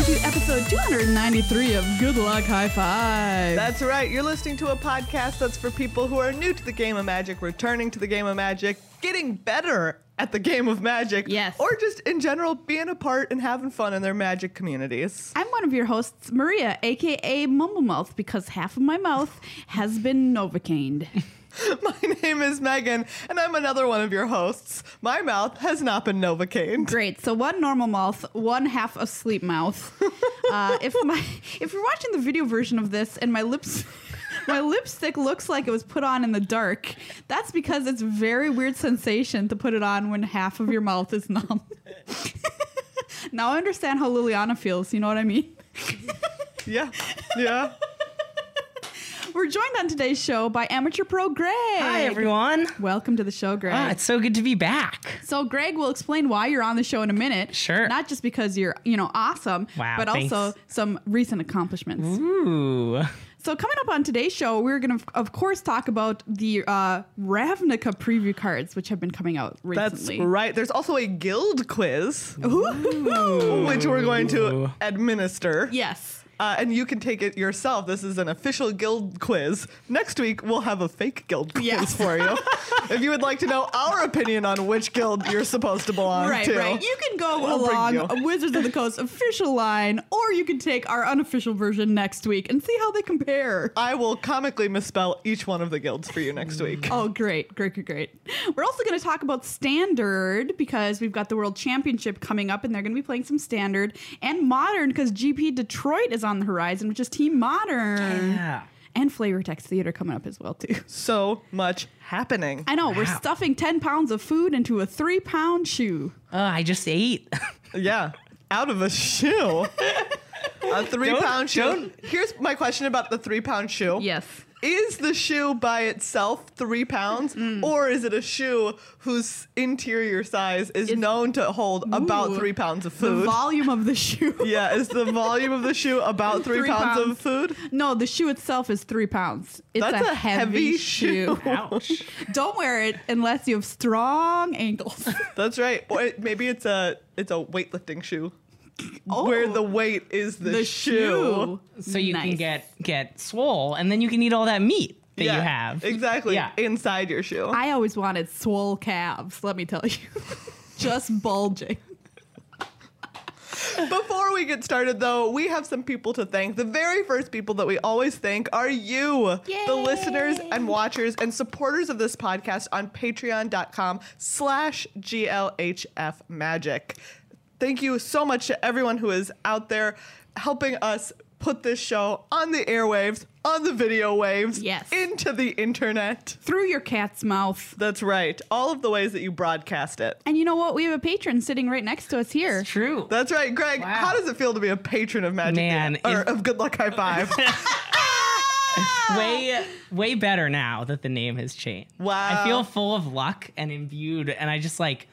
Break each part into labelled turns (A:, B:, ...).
A: episode 293 of Good Luck High Five.
B: That's right. You're listening to a podcast that's for people who are new to the game of magic, returning to the game of magic, getting better at the game of magic,
A: Yes.
B: or just in general being a part and having fun in their magic communities.
A: I'm one of your hosts, Maria, aka Mumblemouth, because half of my mouth has been novocained.
B: My name is Megan, and I'm another one of your hosts. My mouth has not been novocaine.
A: Great. So one normal mouth, one half asleep mouth. Uh, if my if you're watching the video version of this and my lips my lipstick looks like it was put on in the dark, that's because it's very weird sensation to put it on when half of your mouth is numb. now I understand how Liliana feels, you know what I mean?
B: Yeah, yeah.
A: We're joined on today's show by amateur pro Greg.
C: Hi, everyone.
A: Welcome to the show, Greg.
C: Ah, it's so good to be back.
A: So Greg will explain why you're on the show in a minute.
C: Sure.
A: Not just because you're, you know, awesome,
C: Wow,
A: but also some recent accomplishments.
B: Mm-hmm.
C: Ooh.
A: So coming up on today's show, we're going to, of course, talk about the uh, Ravnica preview cards, which have been coming out
B: That's
A: recently.
B: right. There's also a guild quiz,
A: Ooh.
B: which we're going to administer.
A: yes.
B: Uh, and you can take it yourself. This is an official guild quiz. Next week, we'll have a fake guild quiz
A: Yes.
B: for you. if you would like to know our opinion on which guild you're supposed to belong
A: Right,
B: to.
A: right. You can go
B: We'll bring
A: along
B: you.
A: a Wizards of the Coast official line, or you can take our unofficial version next week and see how they compare.
B: I will comically misspell each one of the guilds for you next week.
A: Oh, great, great, great, great. We're also going to talk about standard because we've got the World Championship coming up and they're going to be playing some standard and modern because GP Detroit is on the horizon, which is Team Modern.
C: Yeah.
A: And Flavor Text Theater coming up as well, too.
B: So much happening.
A: I know, we're
C: Wow.
A: stuffing 10 pounds of food into a three pound shoe.
C: Oh, I just ate.
B: yeah. Out of a shoe. a 3
C: Don't-
B: pound shoe.
C: don't-
B: Here's my question about the three pound shoe.
A: Yes.
B: Is the shoe by itself three pounds, or is it a shoe whose interior size is known to hold about
A: Ooh.
B: three pounds of
A: The
B: food?
A: volume of the shoe.
B: yeah, is the volume of the shoe about three,
A: Three
B: pounds, of
A: pounds.
B: food?
A: No, the shoe itself is three pounds. It's
B: That's
A: a,
B: a
A: heavy,
B: heavy
A: shoe.
C: Ouch.
A: Don't wear it unless you have strong ankles.
B: That's right. Or it, maybe it's a it's a weightlifting shoe
A: Oh.
B: where the weight is the, shoe.
C: So you
A: Nice.
C: can get get swole, and then you can eat all that meat that
B: Yeah,
C: you have.
B: exactly
C: Yeah.
B: inside your shoe.
A: I always wanted swole calves, let me tell you. Just bulging.
B: Before we get started, though, we have some people to thank. The very first people that we always thank are you, the listeners and watchers and supporters of this podcast on patreon.com slash GLHF magic. Thank you so much to everyone who is out there helping us put this show on the airwaves, on the video waves,
A: Yes.
B: into the internet.
A: Through your cat's mouth.
B: That's right. All of the ways that you broadcast it.
A: And you know what? We have a patron sitting right next to us here.
C: It's true.
B: That's right, Greg.
C: Wow.
B: How does it feel to be a patron of Magic
C: Man,
B: the, or
C: is-
B: of Good Luck High Five?
C: way way better now that the name has changed.
B: Wow.
C: I feel full of luck and imbued, and I just like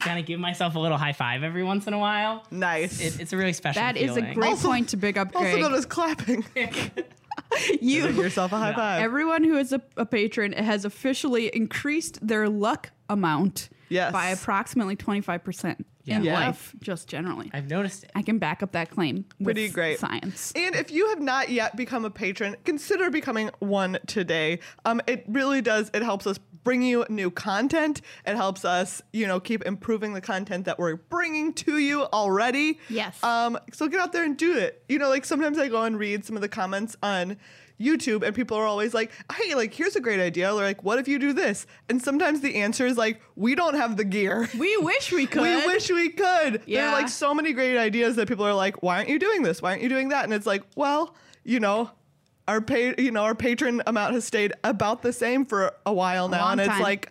C: kind of give myself a little high five every once in a while.
B: nice.
C: It, it's a really special.
A: That is a
C: feeling.
A: great
B: Also-
A: point to big up,
B: also
A: Greg.
B: known as clapping. Give
A: you,
B: yourself a high five.
A: everyone who is a, a patron has officially increased their luck amount
B: Yes.
A: by approximately 25% in
B: Yeah.
A: life, just generally.
C: I've noticed it.
A: I can back up that claim with
B: Pretty great.
A: science.
B: and if you have not yet become a patron, consider becoming one today. Um, it really does. It helps us bring you new content. It helps us, you know, keep improving the content that we're bringing to you already.
A: Yes.
B: Um, so get out there and do it. You know, like sometimes I go and read some of the comments on YouTube, and people are always like, "Hey, like here's a great idea." Or like, "What if you do this?" And sometimes the answer is like, "We don't have the gear."
A: We wish we could.
B: We wish we could. There
A: Yeah.
B: are like so many great ideas that people are like, why aren't you doing this? Why aren't you doing that? And it's like, well, you know, our pay, you know, our patron amount has stayed about the same for a while now,
A: long
B: and it's
A: time.
B: like,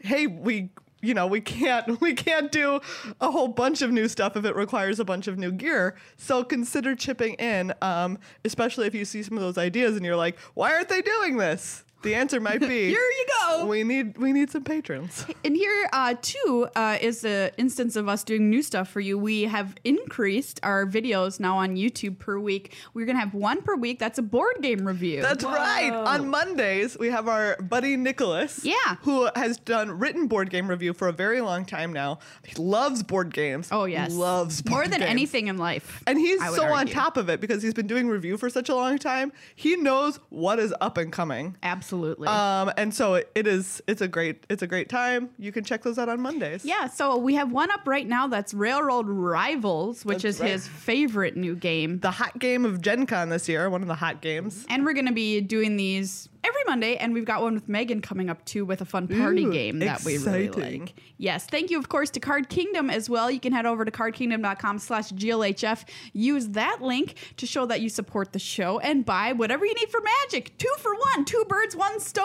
B: hey, we. You know, we can't we can't do a whole bunch of new stuff if it requires a bunch of new gear. So consider chipping in, um, especially if you see some of those ideas and you're like, why aren't they doing this? The answer might be
A: Here you go.
B: We need we need some patrons.
A: And here, uh, too, uh, is an instance of us doing new stuff for you. We have increased our videos now on YouTube per week. We're going to have one per week. That's a board game review.
B: That's right. On Mondays, we have our buddy Nicholas.
A: Yeah.
B: Who has done written board game review for a very long time now. He loves board games.
A: oh, yes.
B: Loves board
A: More than
B: games.
A: anything in life.
B: And he's
A: I would
B: so on
A: argue.
B: top of it because he's been doing review for such a long time. He knows what is up and coming.
A: Absolutely.
B: Um, and so it, it is it's a great it's a great time. You can check those out on Mondays.
A: yeah, so we have one up right now that's Railroad Rivals, which
B: That's
A: is
B: right.
A: his favorite new game.
B: The hot game of Gen Con this year, one of the hot games.
A: and we're going to be doing these every Monday. And we've got one with Megan coming up too with a fun party
B: Ooh,
A: game that we really
B: exciting.
A: like. Yes. Thank you, of course, to Card Kingdom as well. You can head over to cardkingdom.com slash GLHF. Use that link to show that you support the show and buy whatever you need for magic. Two for one, two birds, one stone.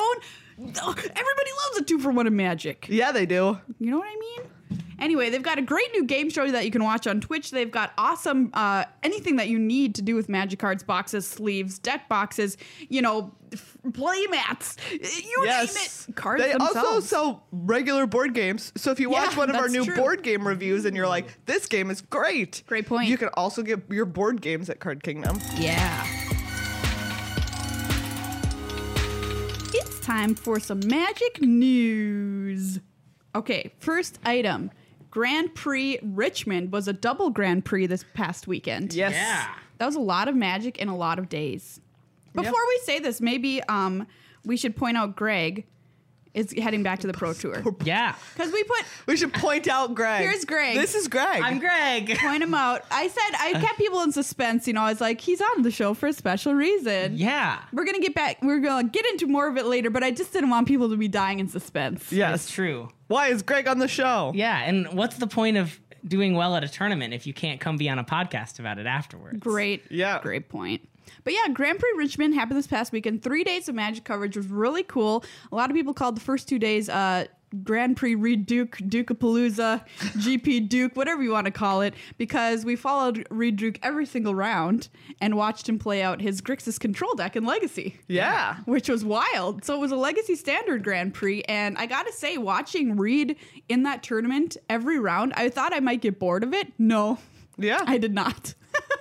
A: Everybody loves a two for one in magic.
B: Yeah, they do.
A: You know what I mean? Anyway, they've got a great new game show that you can watch on Twitch. They've got awesome uh, anything that you need to do with magic cards, boxes, sleeves, deck boxes, you know, f- play mats. You
B: yes.
A: name it. Cards
B: they
A: themselves.
B: also sell regular board games. So if you watch
A: Yeah,
B: one of our
A: that's
B: new
A: true.
B: board game reviews and you're like, this game is great.
A: Great point.
B: You can also get your board games at Card Kingdom.
A: yeah. It's time for some magic news. Okay, first item. Grand Prix Richmond was a double Grand Prix this past weekend.
B: Yes.
C: Yeah.
A: That was a lot of magic in a lot of days. Before we say this, maybe um, we should point out Greg is heading back to the pro tour
C: Yeah.
A: because we put
B: We should point out Greg.
A: Here's Greg.
B: This is Greg.
C: I'm Greg.
A: point him out. I said I kept people in suspense. You know, I was like, he's on the show for a special reason.
C: Yeah.
A: We're gonna get back. We're gonna get into more of it later, but I just didn't want people to be dying in suspense.
C: That's
B: yes.
C: true.
B: Why is Greg on the show?
C: Yeah. And what's the point of doing well at a tournament if you can't come be on a podcast about it afterwards?
A: Great.
B: Yeah.
A: Great point. But yeah, Grand Prix Richmond happened this past weekend. Three days of magic coverage was really cool. A lot of people called the first two days uh, Grand Prix Reed Duke, Duke of Palooza, GP Duke, whatever you want to call it, because we followed Reed Duke every single round and watched him play out his Grixis control deck in Legacy
B: Yeah.
A: which was wild. So it was a legacy standard Grand Prix, and I gotta say, watching Reed in that tournament every round, I thought I might get bored of it. No,
B: Yeah.
A: I did not.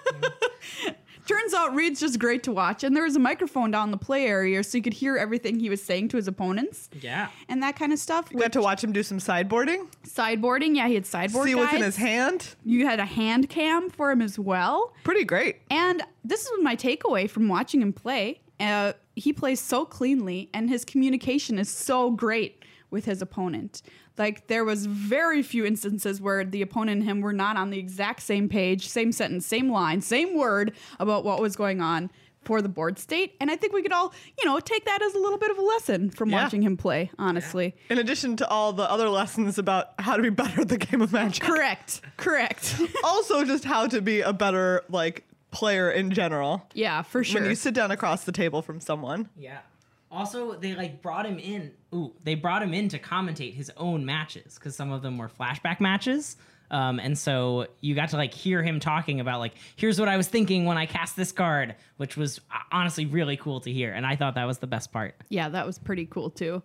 A: Turns out Reed's just great to watch, and there was a microphone down in the play area, so you could hear everything he was saying to his opponents
C: Yeah.
A: and that kind of stuff.
B: Got to watch him do some sideboarding.
A: Sideboarding, yeah, he had sideboard
B: see what's in
A: guides.
B: his hand.
A: You had a hand cam for him as well.
B: Pretty great.
A: And this is my takeaway from watching him play. Uh, he plays so cleanly, and his communication is so great with his opponent. Like there was very few instances where the opponent and him were not on the exact same page, same sentence, same line, same word about what was going on for the board state. And I think we could all, you know, take that as a little bit of a lesson from
B: Yeah.
A: watching him play. Honestly,
B: In addition to all the other lessons about how to be better at the game of magic.
A: correct, correct.
B: also just how to be a better like player in general.
A: yeah, for sure.
B: When you sit down across the table from someone.
C: Yeah. Also, they like brought him in. Ooh, they brought him in to commentate his own matches because some of them were flashback matches. Um, and so you got to like hear him talking about like, here's what I was thinking when I cast this card, which was uh, honestly really cool to hear. And I thought that was the best part.
A: Yeah, that was pretty cool too.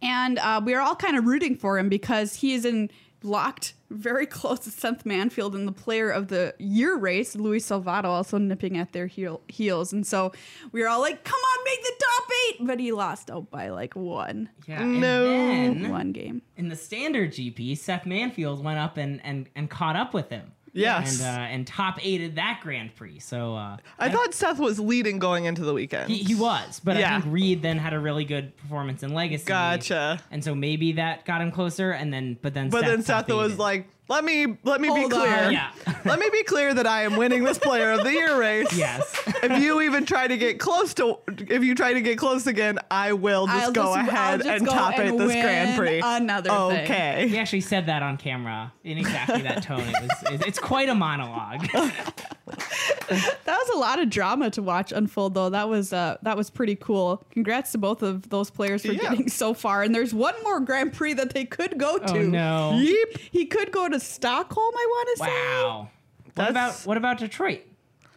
A: And uh, we are all kind of rooting for him because he is in locked very close to Seth Manfield in the player of the year race, Luis Salvato, also nipping at their heel- heels. And so we were all like, come on, make the top eight. But he lost out by like one,
C: Yeah. and
B: No.
C: then-
A: one game.
C: in the standard GP, Seth Manfield went up and and, and caught up with him.
B: Yes.
C: And uh, and top aided that Grand Prix. So uh,
B: I thought Seth was leading going into the weekend.
C: he, he was, but I
B: Yeah.
C: think Reed then had a really good performance in Legacy.
B: Gotcha.
C: And so maybe that got him closer. And then but then
B: but
C: Seth
B: then Seth
C: top-aided.
B: was like, "Let me let me
A: Hold
B: be
A: on.
B: clear.
C: Yeah.
B: let me be clear that I am winning this player of the year race.
C: yes.
B: If you even try to get close to if you try to get close again, I will just
A: I'll
B: go
A: just- I'll
B: ahead
A: just
B: and
A: go
B: top
A: and
B: it this
A: win
B: Grand Prix.
A: another thing.
B: okay.
C: He actually said that on camera in exactly that tone. It was, it's- it's quite a monologue.
A: That was a lot of drama to watch unfold, though. That was uh, that was pretty cool. Congrats to both of those players for
B: Yeah.
A: getting so far. And there's one more Grand Prix that they could go to.
C: Oh, no.
A: Yeep. He could go to Stockholm, I want to say.
C: Wow. What
B: That's-
C: about what about Detroit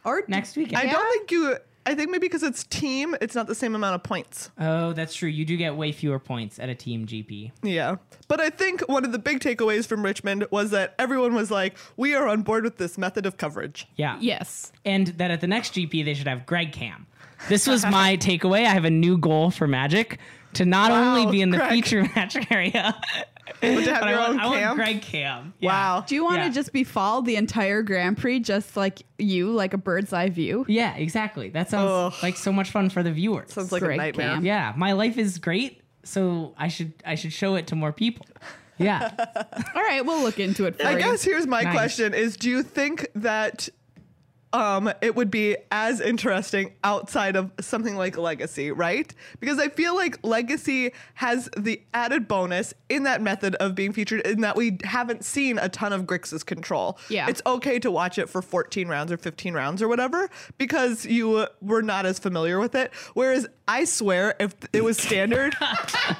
A: Or
C: next weekend?
B: I
A: Yeah.
B: don't think you I think maybe because it's team, it's not the same amount of points.
C: Oh, that's true. You do get way fewer points at a team GP.
B: Yeah. But I think one of the big takeaways from Richmond was that everyone was like, we are on board with this method of coverage.
C: Yeah.
A: Yes.
C: And that at the next GP they should have Greg Cam. This was my takeaway. I have a new goal for Magic to not
B: Wow,
C: only be in the
B: Greg.
C: feature match area,
B: But to have
C: but
B: your
C: I want,
B: own
C: I want
B: camp.
C: Greg Cam. Yeah.
B: Wow.
A: Do you want
C: Yeah.
A: to just be followed the entire Grand Prix, just like you, like a bird's eye view?
C: Yeah, exactly. That sounds
B: Ugh.
C: like so much fun for the viewers.
B: Sounds like a
A: Greg
B: nightmare.
A: Cam.
C: yeah, my life is great, so I should I should show it to more people. Yeah.
A: All right, we'll look into it for
B: I
A: you.
B: guess here's my
C: Nice.
B: question is do you think that um it would be as interesting outside of something like legacy, right? Because I feel like legacy has the added bonus in that method of being featured in that we haven't seen a ton of Grix's control.
A: Yeah.
B: It's okay to watch it for 14 rounds or 15 rounds or whatever because you were not as familiar with it. Whereas I swear if it was standard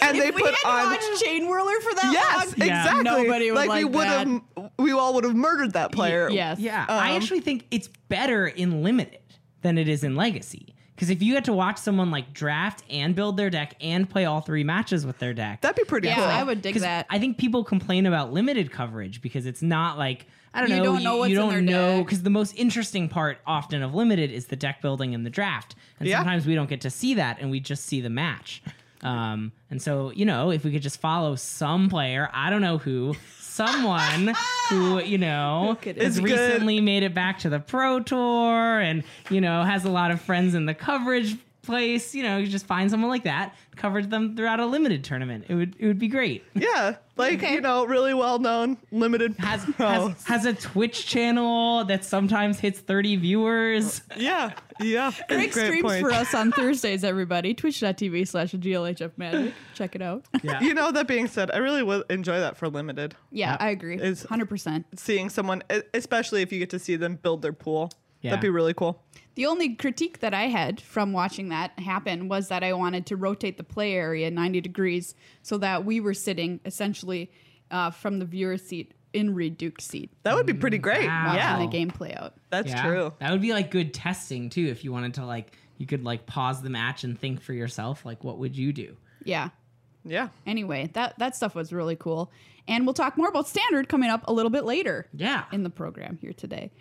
B: and they
A: we
B: put
A: had
B: on
A: to watch Chain Whirler for that
B: Yes,
A: long.
C: Yeah.
B: exactly.
A: Nobody would
B: we
A: like
B: would have, we all would have murdered that player.
A: Yes.
C: Yeah,
B: Um,
C: I actually think it's better in limited than it is in legacy. Because if you had to watch someone like draft and build their deck and play all three matches with their deck,
B: that'd be pretty
A: Yeah,
B: cool.
A: I would dig
C: 'cause
A: that.
C: I think people complain about limited coverage because it's not like I don't
A: You
C: know.
A: don't know what's in their deck.
C: because the most interesting part often of limited is the deck building and the draft, and
B: Yeah.
C: sometimes we don't get to see that, and we just see the match. Um, and so you know, if we could just follow some player, I don't know who, someone who you know
A: Look at it.
C: has
B: It's good.
C: recently made it back to the pro tour, and you know has a lot of friends in the coverage place. You know, you just find someone like that, cover them throughout a limited tournament. It would it would be great.
B: yeah, like
A: Okay.
B: you know, really well known limited
C: has,
B: pro.
C: has has a Twitch channel that sometimes hits 30 viewers.
B: yeah, yeah.
A: Greg streams for us on Thursdays, everybody. Twitch.tv slash GLHF Magic. Check it out.
C: Yeah.
B: You know, that being said, I really would enjoy that for limited.
A: Yeah, I agree.
B: Is-
A: 100%.
B: Seeing someone, e- especially if you get to see them build their pool,
C: Yeah.
B: that'd be really cool.
A: The only critique that I had from watching that happen was that I wanted to rotate the play area 90 degrees so that we were sitting essentially uh, from the viewer's seat in Reed Duke's seat
B: That would be pretty great.
C: wow.
A: watching
B: Yeah,
A: the game play out.
B: that's
C: Yeah.
B: true.
C: That would be like good testing too if you wanted to like you could like pause the match and think for yourself like what would you do?
A: Yeah.
B: Yeah,
A: Anyway, that, that stuff was really cool. And we'll talk more about standard coming up a little bit later.
C: Yeah.
A: in the program here today.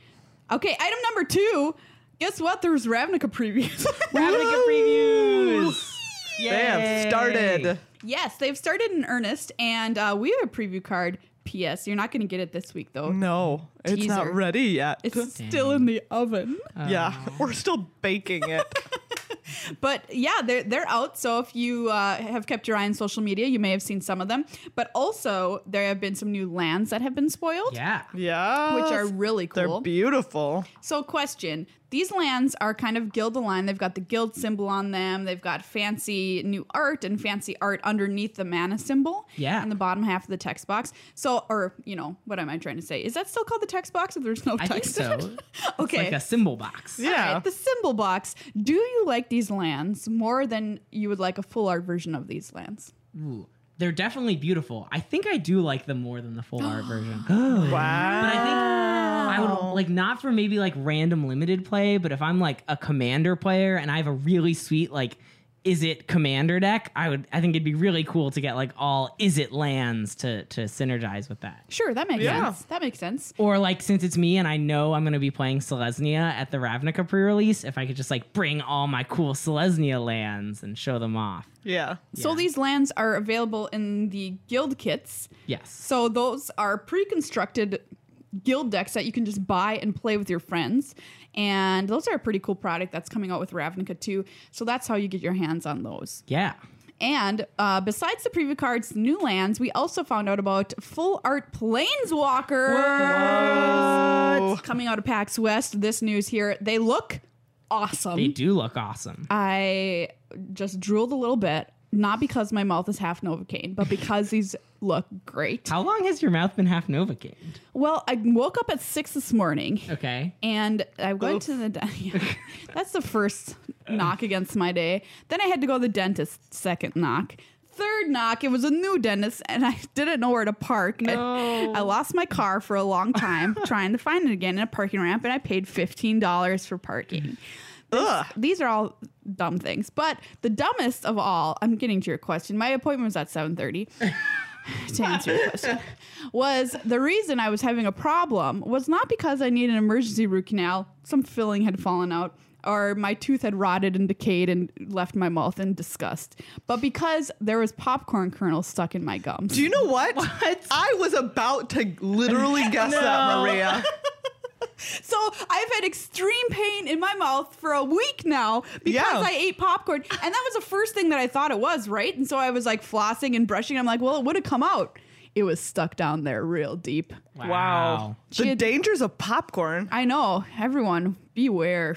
A: Okay, item number two. Guess what? There's Ravnica previews.
C: Ravnica previews. Yay.
B: they have started.
A: yes, they've started in earnest, and uh, we have a preview card. P.S. You're not going to get it this week,
B: Mm.
A: though.
B: No, it's not
A: Teaser.
B: ready yet.
A: It's Oh. still in the oven.
B: yeah, we're still baking it.
A: But yeah, they're they're out. So if you uh, have kept your eye on social media, you may have seen some of them. But also, there have been some new lands that have been spoiled,
C: Yeah.
B: yeah,
A: which are really
B: they're
A: cool.
B: beautiful.
A: So, question: These lands are kind of guild aligned. They've got the guild symbol on them. They've got fancy new art and fancy art underneath the mana symbol.
C: Yeah.
A: In the bottom half of the text box. So, or you know, what am I trying to say? Is that still called the text box? If there's no
C: I think
A: text.
C: so.
A: okay.
C: It's like a symbol box.
A: All right,
B: Yeah.
A: the symbol box. Do you like these lands more than you would like a full art version of these lands?
C: Ooh. They're definitely beautiful. I think I do like them more than the full art version. wow. But I
B: Wow.
C: think I would like not for maybe like random limited play, but if I'm like a commander player and I have a really sweet like is it commander deck, I would I think it'd be really cool to get like all is it lands to to synergize with that.
A: Sure, that makes
B: Yeah.
A: sense. That makes sense.
C: Or like since it's me and I know I'm gonna be playing Selesnya at the Ravnica pre-release, if I could just like bring all my cool Selesnya lands and show them off.
B: Yeah.
A: So these lands are available in the guild kits.
C: Yes.
A: So those are pre-constructed guild decks that you can just buy and play with your friends. And those are a pretty cool product that's coming out with Ravnica too. So that's how you get your hands on those.
C: Yeah.
A: And uh, besides the preview cards, new lands, we also found out about full art planeswalkers coming out of PAX West. This news here, they look awesome.
C: They do look awesome.
A: I just drooled a little bit, not because my mouth is half novocaine, but because these look great.
C: How long has your mouth been half novocaine?
A: Well, I woke up at six this morning
C: Okay.
A: and I went to the dentist. that's the first knock against my day. Then I had to go to the dentist, second knock. Third knock, it was a new dentist and I didn't know where to park. I-
C: No.
A: I, lost my car for a long time trying to find it again in a parking ramp and I paid $15 for parking.
B: Ugh.
A: These are all dumb things, but the dumbest of all, I'm getting to your question. My appointment was at 7:30. to answer your question, was the reason I was having a problem was not because I needed an emergency root canal. Some filling had fallen out, or my tooth had rotted and decayed and left my mouth in disgust, but because there was popcorn kernels stuck in my gums.
B: Do you know what?
C: What?
B: I was about to literally guess that,
C: No.
B: Maria.
A: So I've had extreme pain in my mouth for a week now because
B: Yeah.
A: I ate popcorn, and that was the first thing that I thought it was, right? And so I was like flossing and brushing. I'm like, well, it would have come out. It was stuck down there real deep.
B: The
A: She had-
B: dangers of popcorn.
A: I know, everyone, beware.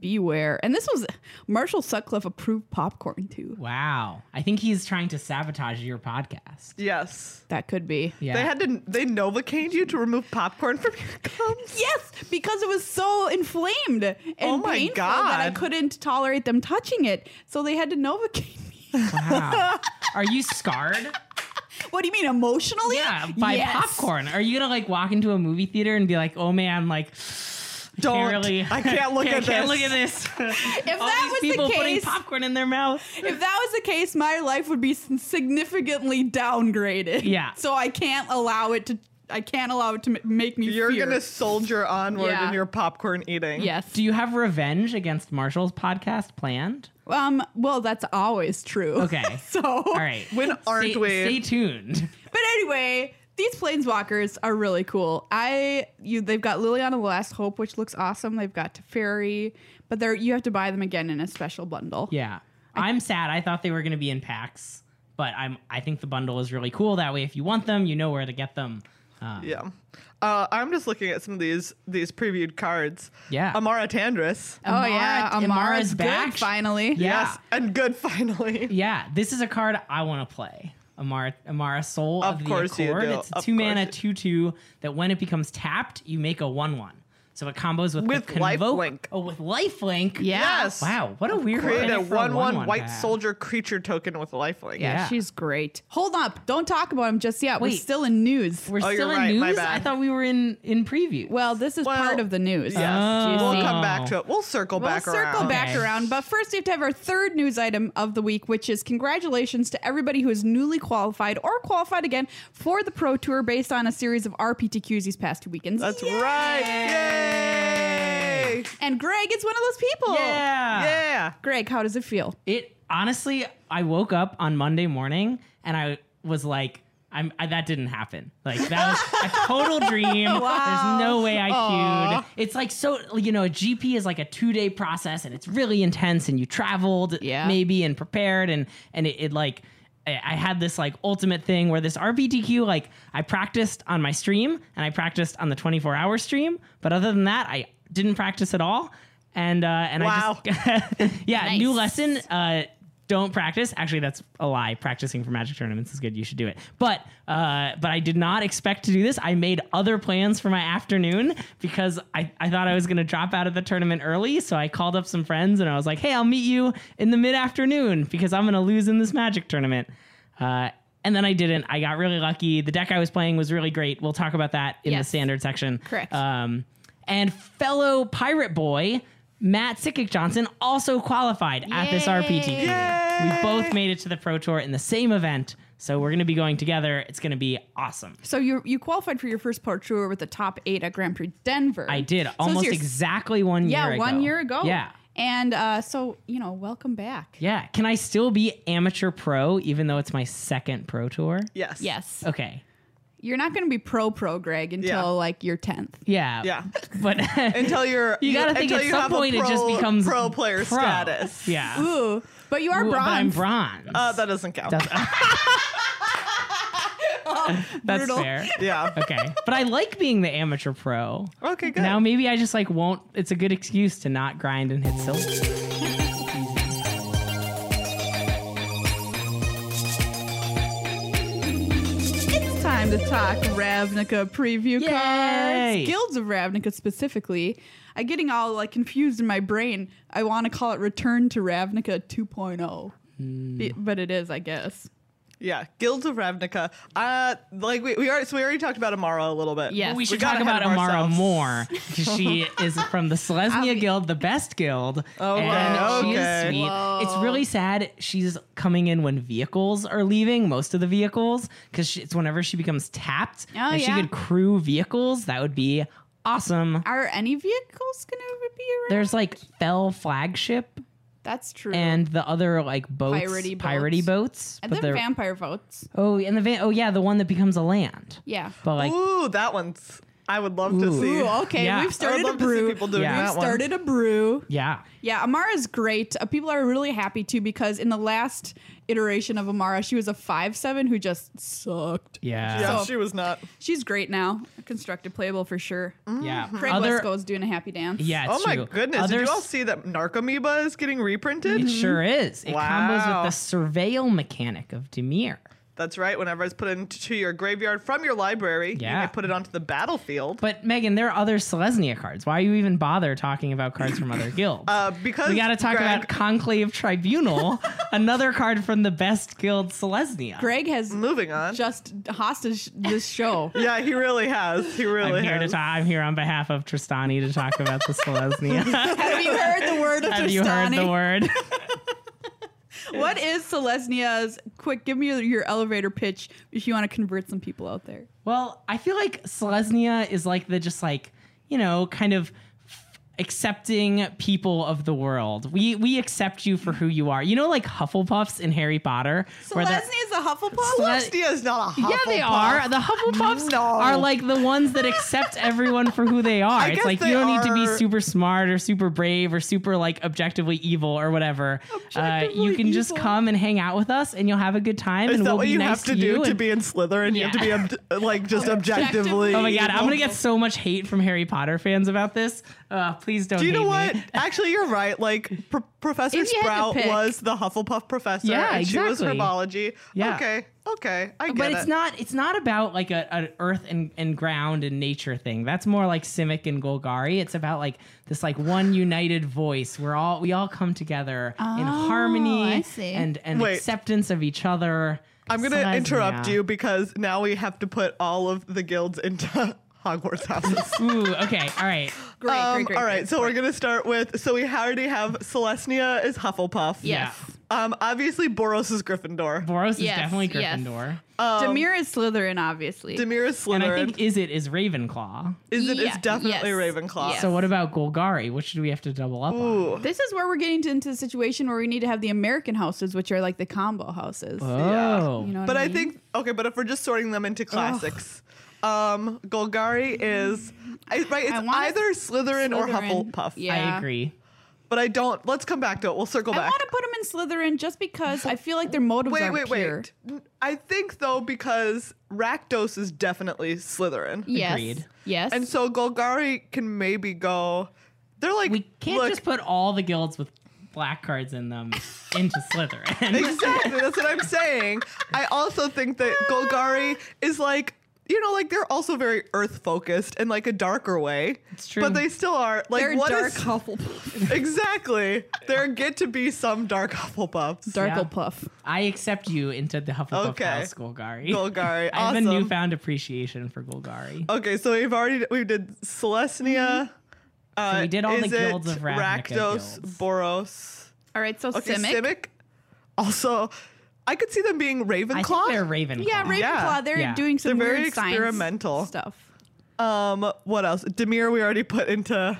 A: Beware. And this was Marshall Sutcliffe approved popcorn too.
C: Wow. I think he's trying to sabotage your podcast.
B: Yes.
A: That could be.
C: Yeah.
B: They had to they novocaine you to remove popcorn from your gums.
A: Yes, because it was so inflamed and
B: Oh my
A: painful that I
B: God.
A: couldn't tolerate them touching it. So they had to novocaine me.
C: Wow. Are you scarred?
A: What do you mean emotionally?
C: Yeah, by
A: Yes.
C: popcorn. Are you gonna like walk into a movie theater and be like, "Oh man, like,
B: Don't.
C: can't really,
B: I can't look at this.
C: can't look at this."
A: If
C: All
A: that
C: these
A: was
C: people
A: the
C: putting
A: case,
C: popcorn in their mouth.
A: if that was the case, my life would be sin- significantly downgraded.
C: Yeah.
A: So I can't allow it to. I can't allow it to m- make me.
B: You're
A: fear.
B: gonna soldier onward
A: Yeah.
B: in your popcorn eating.
A: Yes.
C: Do you have revenge against Marshall's podcast planned?
A: um. Well, that's always true.
C: Okay.
A: so.
C: All right.
B: When aren't
C: stay,
B: we?
C: Stay tuned.
A: But anyway, these planeswalkers are really cool. I you they've got Liliana the Last Hope, which looks awesome. They've got Teferi, but they're you have to buy them again in a special bundle.
C: Yeah. I'm sad. I thought they were gonna be in packs, but I'm. I think the bundle is really cool. That way, if you want them, you know where to get them. Um,
B: Yeah. Uh, I'm just looking at some of these these previewed cards.
C: Yeah.
B: Amara Tandris.
A: Oh yeah,
C: Amara- Amara's
A: Amara's
C: back.
A: back finally.
C: Yeah.
B: Yes. And good finally.
C: Yeah, this is a card I want to play. Amara, Amara Soul of,
B: Of
C: the
B: course you
C: Accord.
B: do.
C: It's a
B: Of
C: two mana
B: course
C: two two that when it becomes tapped, you make a one one. So it combos with
B: With
C: the convoke.
B: lifelink.
C: Oh, with lifelink.
A: Yeah.
B: Yes.
C: Wow, what a weird
B: Create a
C: mechanic for a
B: one one white
C: path.
B: soldier creature token with lifelink.
A: Yeah,
C: Yeah.
A: she's great. Hold up. Don't talk about him just yet. We're
C: Wait.
A: still in news.
C: We're
B: Oh, you're
C: still in
B: right, my
C: news.
B: bad.
C: I thought we were in in preview.
A: Well, this is
B: Well,
A: part of the news.
B: Yes.
A: Do you
B: We'll
A: see?
B: come
C: Oh.
B: back to it. We'll circle
A: We'll
B: back
A: circle
B: around.
A: back
C: Okay.
A: around, but first we have to have our third news item of the week, which is congratulations to everybody who is newly qualified or qualified again for the Pro Tour based on a series of RPTQs these past two weekends.
B: That's
A: Yay!
B: right. Yay.
A: And Greg is one of those people.
C: yeah.
B: Yeah.
A: Greg, how does it feel?
C: It honestly, I woke up on Monday morning and I was like, I'm I, that didn't happen. Like that was a total dream. There's no way I queued. It's like so you know, a GP is like a two day process and it's really intense and you traveled
A: Yeah.
C: maybe and prepared and and it, it like I I had this like ultimate thing where this RPTQ like I practiced on my stream and I practiced on the 24 hour stream, but other than that I didn't practice at all. And uh, and
B: Wow.
C: I just yeah new
A: Nice.
C: lesson uh, don't practice. Actually, that's a lie. Practicing for magic tournaments is good. You should do it. But uh, but I did not expect to do this. I made other plans for my afternoon because I, I thought I was going to drop out of the tournament early. So I called up some friends and I was like, hey, I'll meet you in the mid afternoon because I'm going to lose in this magic tournament. Uh, and then I didn't. I got really lucky. The deck I was playing was really great. We'll talk about that in
A: Yes.
C: the standard section.
A: Correct.
C: Um, and fellow pirate boy Matt Sickick Johnson also qualified at this
A: Yay.
C: RPTQ.
B: Yay.
C: We both made it to the Pro Tour in the same event, so we're going to be going together. It's going to be awesome.
A: So you you qualified for your first Pro Tour with the top eight at Grand Prix Denver.
C: I did
A: So it's
C: almost
A: your-
C: exactly one year.
A: Yeah,
C: ago.
A: one year ago.
C: Yeah.
A: And uh, so, you know, welcome back.
C: Yeah. Can I still be amateur pro even though it's my second pro tour?
B: Yes.
A: Yes.
C: Okay.
A: You're not going to be pro pro, Greg, until
B: Yeah.
A: like your 10th.
C: Yeah.
B: Yeah.
C: But
B: Until you're
C: you got to think
B: until
C: at
B: you
C: some
B: have a
C: point it just
B: pro-
C: becomes
B: pro player
C: pro.
B: status.
C: Yeah.
A: Ooh, but you are
C: Well, But I'm
A: bronze.
C: bronze.
B: Uh, that doesn't count.
C: That's
A: brutal.
C: fair.
B: yeah.
C: Okay. But I like being the amateur pro.
B: Okay, good.
C: Now maybe I just like won't. It's a good excuse to not grind and hit silver.
A: It's time to talk Ravnica preview
C: Yay!
A: cards. Guilds of Ravnica specifically. I getting all like confused in my brain. I oh.
C: Hmm.
A: want to call it Return to Ravnica 2.0. Be- But it is, I guess.
B: Yeah, Guilds of Ravnica. Uh, like we, we already so we already talked about Amara a little bit.
A: Yes.
C: But we
A: We
C: should
B: got
C: talk
B: ahead
C: about
B: of
C: Amara
B: ourselves.
C: more because she is from the Selesnya
A: Obvi-
C: Guild, the best guild.
B: Okay,
C: and she
B: Oh, okay.
C: is sweet. It's really sad she's coming in when vehicles are leaving, most of the vehicles, because it's whenever she becomes tapped.
A: Oh,
C: if
A: yeah.
C: she could crew vehicles, that would be awesome.
A: Are any vehicles gonna be around?
C: There's like Fell flagship
A: That's true.
C: and the other like boats,
A: Piratey
C: piratey boats.
A: and then
C: they're-
A: vampire votes.
C: oh, and the van. Oh yeah, the one that becomes a land.
A: Yeah.
C: But like
B: Ooh, that one's. I would love to
C: Ooh.
B: see.
A: Ooh, okay.
C: Yeah.
A: We've
B: I would
A: started a
B: love to see
A: brew.
B: people doing
C: Yeah.
A: We've
B: that one.
A: started a brew.
C: yeah,
A: Yeah, Amara's great. Uh, people are really happy too because in the last iteration of Amara, she was a five seven who just sucked.
C: yeah,
B: Yeah,
A: So-
B: she was not.
A: She's great now. Constructed playable for sure.
B: Mm.
C: yeah.
A: Craig
C: Other-
A: Westco's doing a happy dance.
C: Yeah.
B: oh
C: It's
B: my
C: true.
B: goodness!
C: Other
B: Did you all
C: s-
B: see that Narcomoeba is getting reprinted?
C: It sure is. It combos
B: Wow.
C: with the surveil mechanic of Demir.
B: That's right. Whenever it's put into your graveyard from your library,
C: Yeah.
B: you may put it onto the battlefield.
C: But Megan, there are other Selesnya cards. Why you even bother talking about cards from other guilds?
B: uh, because
C: we got to talk
B: Greg-
C: about Conclave Tribunal, another card from the best guild Selesnya.
A: Greg has
B: moving on.
A: just hostage this show.
B: yeah, he really has. He really
C: I'm here to
B: has.
C: talk. I'm here on behalf of Tristani to talk about the Selesnya.
A: Have you heard the word of
C: Have you heard the
A: Tristani?
C: word?
A: What is Selesnya's? Quick, give me your, your elevator pitch if you want to convert some people out there.
C: Well, I feel like Selesnya is like the just like, you know, kind of f- accepting people of the world. We we accept you for who you are. You know, like Hufflepuffs in Harry Potter. where they're-
A: Selesnya is a Hufflepuff.
C: Sle-
B: Celestia is not a Hufflepuff.
C: yeah, they are. The Hufflepuffs
B: No.
C: are like the ones that accept everyone for who they are. It's
B: guess
C: like you
B: they
C: don't need to be
B: are-
C: super smart or super brave or super like objectively evil or whatever. Uh, you
A: Objectively
C: can just
A: evil.
C: come and hang out with us, and you'll have a good time.
B: Is
C: and
B: that
C: we'll
B: what
C: be
B: you have
C: nice
B: to,
C: you
B: do to
C: and-
B: be in Slytherin? You have to be ob- like just
A: Objectively.
B: objectively.
C: Oh my god, I'm
B: evil?
C: gonna get so much hate from Harry Potter fans about this. Uh, please don't.
B: Do you
C: hate
B: know
C: me.
B: what? Actually, you're right. Like Pro- Professor
A: If you had to
B: Sprout
A: pick-
B: was the Hufflepuff professor,
C: Yeah,
B: and she was
C: exactly.
B: herbology.
C: Yeah.
B: Okay, okay, I get
C: But
B: it.
C: it's not. It's not about like a an earth and, and ground and nature thing. That's more like Simic and Golgari. It's about like this like one united voice. We're all we all come together in
A: Oh,
C: harmony
A: I see.
C: and and
B: Wait.
C: acceptance of each other.
B: I'm gonna
C: Selesnya.
B: interrupt you because now we have to put all of the guilds into Hogwarts houses.
C: Ooh. Okay. All right.
A: Great,
B: Um,
A: great, great.
B: all right,
A: great.
B: so we're gonna start with. So we already have Celestia is Hufflepuff.
A: Yes.
B: Um, obviously Boros is Gryffindor.
A: Yes,
C: Boros is definitely
A: yes.
C: Gryffindor,
B: Um,
A: Demir is Slytherin, obviously.
B: Demir is Slytherin.
C: and I think is it is Ravenclaw.
B: is it is
A: Yeah,
B: definitely
A: yes,
B: Ravenclaw.
A: yes.
C: So what about Golgari? What should we have to double up on?
B: Ooh.
A: This is where we're getting to, into the situation where we need to have the American houses, which are like the combo houses.
C: Oh.
A: You know what
B: But
A: I,
B: I
A: mean?
B: think okay, but if we're just sorting them into classics, um, Golgari is I, right. It's
A: I wanna-
B: either Slytherin, or
A: Slytherin.
B: Hufflepuff.
A: Yeah.
C: I agree.
B: But I don't. Let's come back to it. We'll circle
A: I
B: back.
A: want to put them in Slytherin just because I feel like their motives
B: Wait,
A: aren't
B: wait,
A: pure.
B: wait. N- I think though because Rakdos is definitely Slytherin.
A: Yes.
C: Agreed.
A: Yes.
B: And so Golgari can maybe go. They're like
C: We can't
B: look,
C: just put all the guilds with black cards in them into Slytherin.
B: Exactly. That's what I'm saying. I also think that Golgari is like, you know, like they're also very earth focused in like a darker way. It's
C: true.
B: But they still are like
A: they're
B: what
A: dark
B: is-
A: Hufflepuff.
B: exactly. There get to be some dark Hufflepuffs.
A: Darkle
C: Yeah.
A: Puff.
C: I accept you into the Hufflepuff
B: Okay.
C: House, Golgari.
B: Golgari.
C: I have
B: awesome. Um,
C: a newfound appreciation for Golgari.
B: Okay, so we've already we did Celestia. Uh,
C: Mm-hmm. we did all the
B: is
C: guilds
B: it
C: of Ravnica
B: Rakdos,
C: guilds.
B: Boros.
A: All right, so
B: Okay,
A: Simic.
B: Simic. Also, I could see them being
C: I
B: Ravenclaw.
C: think they're Ravenclaw.
A: Yeah, Ravenclaw.
B: Yeah.
A: They're
C: Yeah.
A: doing some
B: They're very
A: weird science
B: experimental.
A: stuff.
B: Um, what else? Demir, we already put into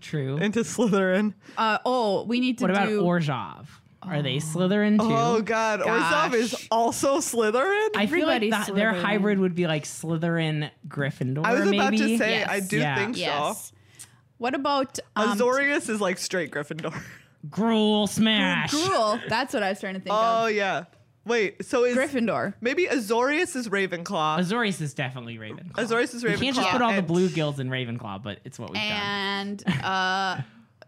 C: True.
B: into Slytherin.
A: Uh, oh, we need to
C: what about
A: do.
C: Orzhov? Are they Slytherin too?
B: Oh God, Orzhov
A: Gosh.
B: is also Slytherin.
C: I
B: I,
C: feel like
A: Everybody's
C: that, their
A: Slytherin.
C: hybrid would be like Slytherin Gryffindor.
B: was
C: maybe.
B: about to say,
A: Yes.
B: I do
C: Yeah.
B: think
A: yes. What about
B: so.
A: um, Oh,
B: Azorius is like straight Gryffindor.
C: Gruel Smash.
A: Gruel? That's what I was trying to think
B: Oh
A: of.
B: yeah. Wait, so is
A: Gryffindor.
B: maybe Azorius is Ravenclaw?
C: Azorius is definitely Ravenclaw.
B: Azorius is
C: You can't just
B: Ravenclaw,
C: put all the
B: and-
C: blue guilds in Ravenclaw, but it's what we've done.
A: And uh,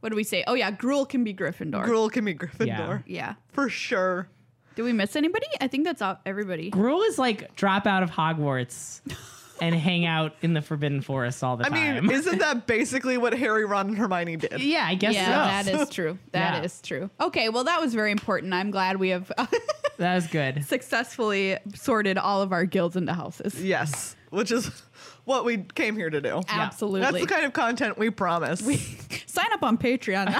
A: what do we say? Oh yeah, Gruel can be Gryffindor.
B: Gruel can be Gryffindor
A: Yeah.
B: for sure.
A: Did we miss anybody? I think that's out everybody.
C: Gruel is like drop out of Hogwarts and hang out in the Forbidden Forest all the
B: I
C: time.
B: mean, isn't that basically what Harry, Ron, and Hermione did?
C: yeah, I guess
A: yeah,
C: so.
A: that is true. That is
C: Yeah.
A: true. Okay, well that was very important. I'm glad we have uh,
C: That was good.
A: successfully sorted all of our guilds into houses.
B: Yes, which is what we came here to do. That's
A: Absolutely.
B: the kind of content we promise.
A: Sign up on Patreon.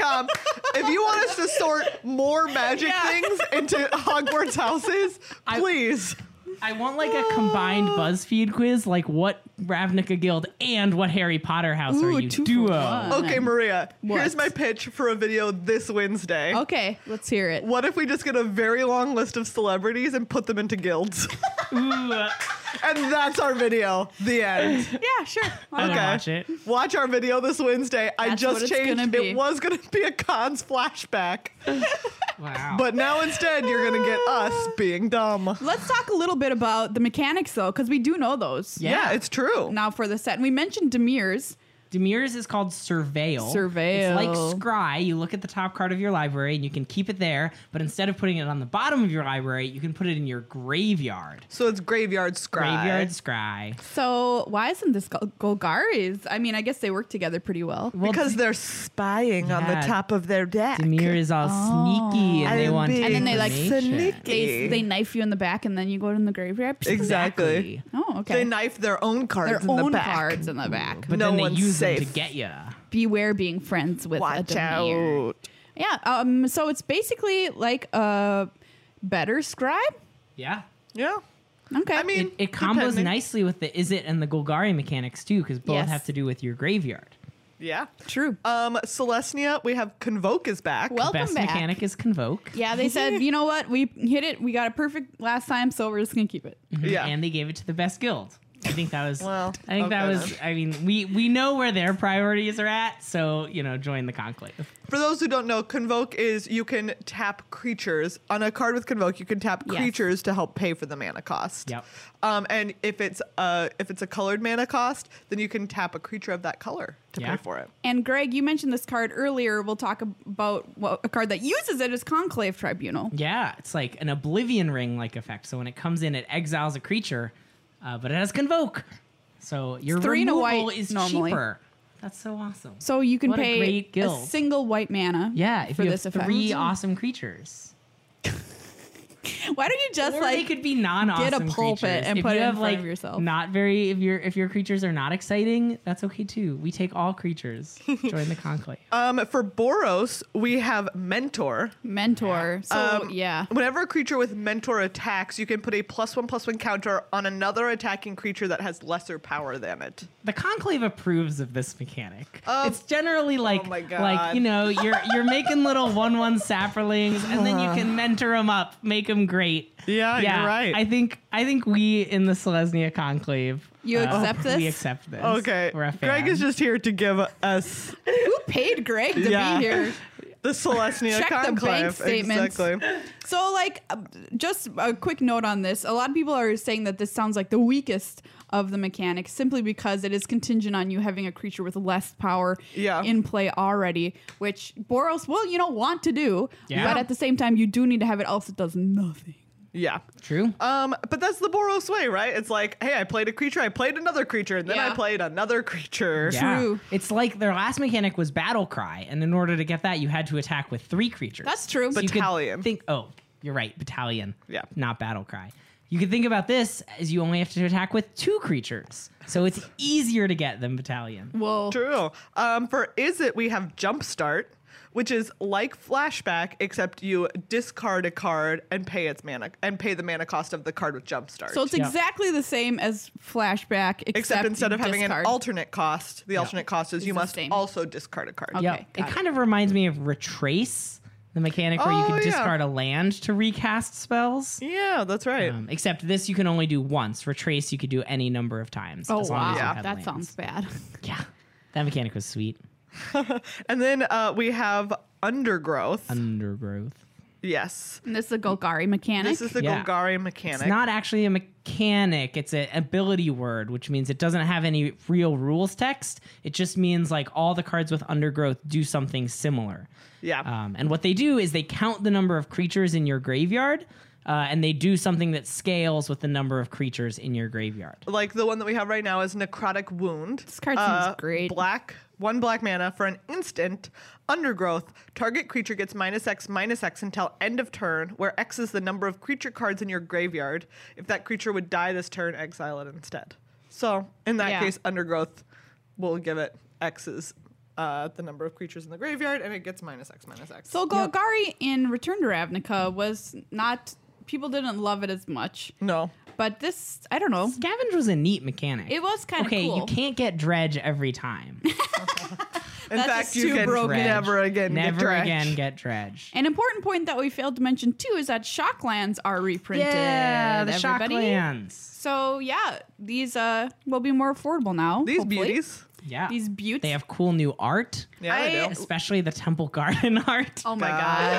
B: com. If you want us to sort more magic
A: Yeah.
B: things into Hogwarts houses, please.
C: I want like a combined BuzzFeed quiz, like what Ravnica Guild and what Harry Potter house
A: Ooh,
C: are you
A: two for
C: duo?
A: one.
B: okay, Maria, here's
A: What?
B: my pitch for a video this Wednesday.
A: okay, let's hear it.
B: What if we just get a very long list of celebrities and put them into guilds?
C: Ooh, uh,
B: and that's our video. The end.
A: Yeah, sure. Why not?
C: I don't
B: Okay.
C: watch it.
B: Watch our video this Wednesday. I
A: That's what
B: just
A: it's
B: changed.
A: gonna be.
B: It was going to be a cons flashback,
C: Wow.
B: but now instead you're going to get us being dumb.
A: Let's talk a little bit about the mechanics though, because we do know those.
C: Yeah.
B: Yeah, it's true.
A: Now for the set, and we mentioned Demirs.
C: Demirs is called Surveil.
A: Surveil.
C: It's like Scry. You look at the top card of your library and you can keep it there, but instead of putting it on the bottom of your library, you can put it in your graveyard.
B: So it's graveyard scribe.
C: Graveyard Scry.
A: So why isn't this Gol- Golgari's? I mean, I guess they work together pretty well.
C: Well,
B: because they're spying on the
C: Yeah.
B: top of their deck.
C: Demir is all
A: Oh.
C: sneaky and they
B: I'm
C: want
B: being
A: And then they, like,
C: information.
A: They, they knife you in the back, and then you go in the graveyard.
B: Exactly.
C: Exactly.
A: Oh, okay.
B: They knife their own cards
A: Their
B: in
A: own
B: the back.
A: cards in the back.
C: But
B: No
C: then they
B: one's
C: use them
B: safe.
C: to get you.
A: Beware being friends with a
B: Watch
A: Demir.
B: out.
A: Yeah. Um. So it's basically like a better scribe.
C: Yeah.
B: Yeah.
A: Okay.
B: I mean,
C: It, it combos
B: depending-
C: nicely with the Is It and the Golgari mechanics too, because both
A: Yes.
C: have to do with your graveyard.
B: Yeah.
A: true.
B: Um, Celestia, we have Convoke is back.
A: Welcome
C: Best
A: back.
C: mechanic is Convoke.
A: Yeah, they said, you know what? We hit it. We got it perfect last time, so we're just gonna keep it.
B: yeah.
C: and they gave it to the best guild. I think that was.
B: Well,
C: I think that
B: okay
C: was. I mean, we we know where their priorities are at, so you know, join the conclave.
B: For those who don't know, Convoke is you can tap creatures on a card with Convoke. You can tap
A: Yes.
B: creatures to help pay for the mana cost.
C: Yep.
B: Um, and if it's a if it's a colored mana cost, then you can tap a creature of that color to
C: Yeah.
B: pay for it.
A: And Greg, you mentioned this card earlier. We'll talk ab- about what, a card that uses it is Conclave Tribunal.
C: Yeah, it's like an oblivion ring like effect. So when it comes in, it exiles a creature, uh, but it has convoke. So your
A: three and a
C: removal
A: white
C: is
A: normally.
C: cheaper. That's so awesome.
A: So you can
C: What a
A: pay
C: great guild.
A: single white mana.
C: yeah, if
A: for
C: you
A: this
C: have
A: effect.
C: three awesome creatures,
A: Why don't you just
C: or
A: like
C: they could be non-awesome
A: get a pulpit
C: creatures.
A: and
C: if
A: put it
C: you
A: in
C: have,
A: front
C: like,
A: of yourself.
C: Not very. If your if your creatures are not exciting, that's okay too. We take all creatures. Join the conclave.
B: Um, for Boros, we have Mentor.
A: mentor? So
B: Um,
A: yeah,
B: Whenever a creature with mentor attacks, you can put a plus one plus one counter on another attacking creature that has lesser power than it.
C: the conclave approves of this mechanic. it's generally
A: Oh
C: like,
B: my God.
C: like you know, you're you're making little one-one sapperlings, and then you can mentor them up, make them great.
B: Yeah, you're right.
C: I think I think we in the Selesnya conclave, uh,
A: You accept this?
C: We accept this.
B: Okay.
C: we're a fan.
B: Greg is just here to give us
A: who paid Greg to
B: Yeah.
A: be here?
B: the Celestia
A: Check the bank
B: conclave.
A: statements.
B: Exactly.
A: So, like, uh, just a quick note on this. A lot of people are saying that this sounds like the weakest of the mechanics simply because it is contingent on you having a creature with less power
B: Yeah.
A: in play already, which Boros will, you know, want to do.
C: Yeah.
A: But at the same time, you do need to have it, else it does nothing.
B: Yeah.
C: true.
B: Um, but that's the Boros way, right? It's like, hey, I played a creature, I played another creature, and then I
A: Yeah.
B: played another creature.
C: Yeah.
A: true.
C: It's like their last mechanic was battle cry, and in order to get that, you had to attack with three creatures.
A: That's true.
C: you could
B: Battalion.
C: Think. Oh, you're right. Battalion.
B: Yeah.
C: Not battle cry. You could think about this as you only have to attack with two creatures, so it's easier to get than battalion.
A: Well,
B: True. Um, for Is It, we have Jumpstart, which is like Flashback, except you discard a card and pay its mana and pay the mana cost of the card with Jumpstart.
A: so it's
C: Yeah.
A: exactly the same as flashback, except,
B: except instead
A: you
B: of having
A: discard.
B: an alternate cost, the alternate cost is you
A: the
B: must
A: same.
B: also discard a card.
A: Okay,
C: Yeah. It
A: got it.
C: kind of reminds me of retrace, the mechanic where you
B: Oh,
C: can
B: yeah.
C: discard a land to recast spells.
B: Yeah, that's right.
C: Um, except this you can only do once. Retrace you could do any number of times.
A: Oh,
C: as long
A: wow.
C: as you
B: Yeah.
C: had
A: That
C: lands.
A: sounds bad.
C: Yeah. That mechanic was sweet.
B: And then uh, we have Undergrowth.
C: Undergrowth.
B: yes.
A: And this is a Golgari mechanic.
B: This is the
C: Yeah.
B: Golgari mechanic.
C: It's not actually a mechanic. It's an ability word, which means it doesn't have any real rules text. It just means like all the cards with undergrowth do something similar.
B: Yeah.
C: Um, and what they do is they count the number of creatures in your graveyard, uh, and they do something that scales with the number of creatures in your graveyard.
B: like the one that we have right now is Necrotic Wound. This
A: card seems great.
B: Black one black mana for an instant. Undergrowth. Target creature gets minus X, minus X until end of turn, where X is the number of creature cards in your graveyard. If that creature would die this turn, exile it instead. So in that
A: Yeah.
B: case, Undergrowth will give it X's. Uh, the number of creatures in the graveyard, and it gets minus X, minus X.
A: So Golgari in Return to Ravnica was not people didn't love it as much,
B: no,
A: but this I don't know.
C: Scavenge was a neat mechanic.
A: It was kind of
C: okay,
A: cool.
C: you can't get dredge every time.
B: in
A: That's
B: fact,
A: just
B: you
A: too
B: can
A: broken.
B: never again, get
C: Never
B: dredge.
C: again get dredge.
A: An important point that we failed to mention too is that Shocklands are reprinted.
C: yeah, the
A: everybody.
C: Shocklands.
A: So yeah, these uh will be more affordable now.
B: These
A: hopefully.
B: beauties.
C: Yeah,
A: These beauties.
C: They have cool new art,
B: Yeah,
A: I-
B: they do.
C: especially the Temple Garden art.
A: Oh my god!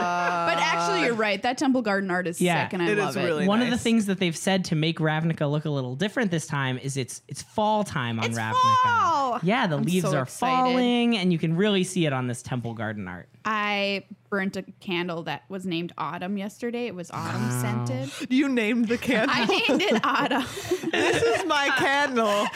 A: But actually, you're right. That Temple Garden art is
C: Yeah,
A: sick, and I
B: it is
A: love it.
B: really
C: One of the
B: nice.
C: things that they've said to make Ravnica look a little different this time is it's it's fall time on
A: It's
C: Ravnica.
A: fall!
C: Yeah, the
A: I'm
C: leaves
A: so
C: are
A: excited.
C: falling, and you can really see it on this Temple Garden art.
A: I burnt a candle that was named Autumn yesterday. It was autumn scented.
B: You named the candle.
A: I named it Autumn.
B: this is my candle.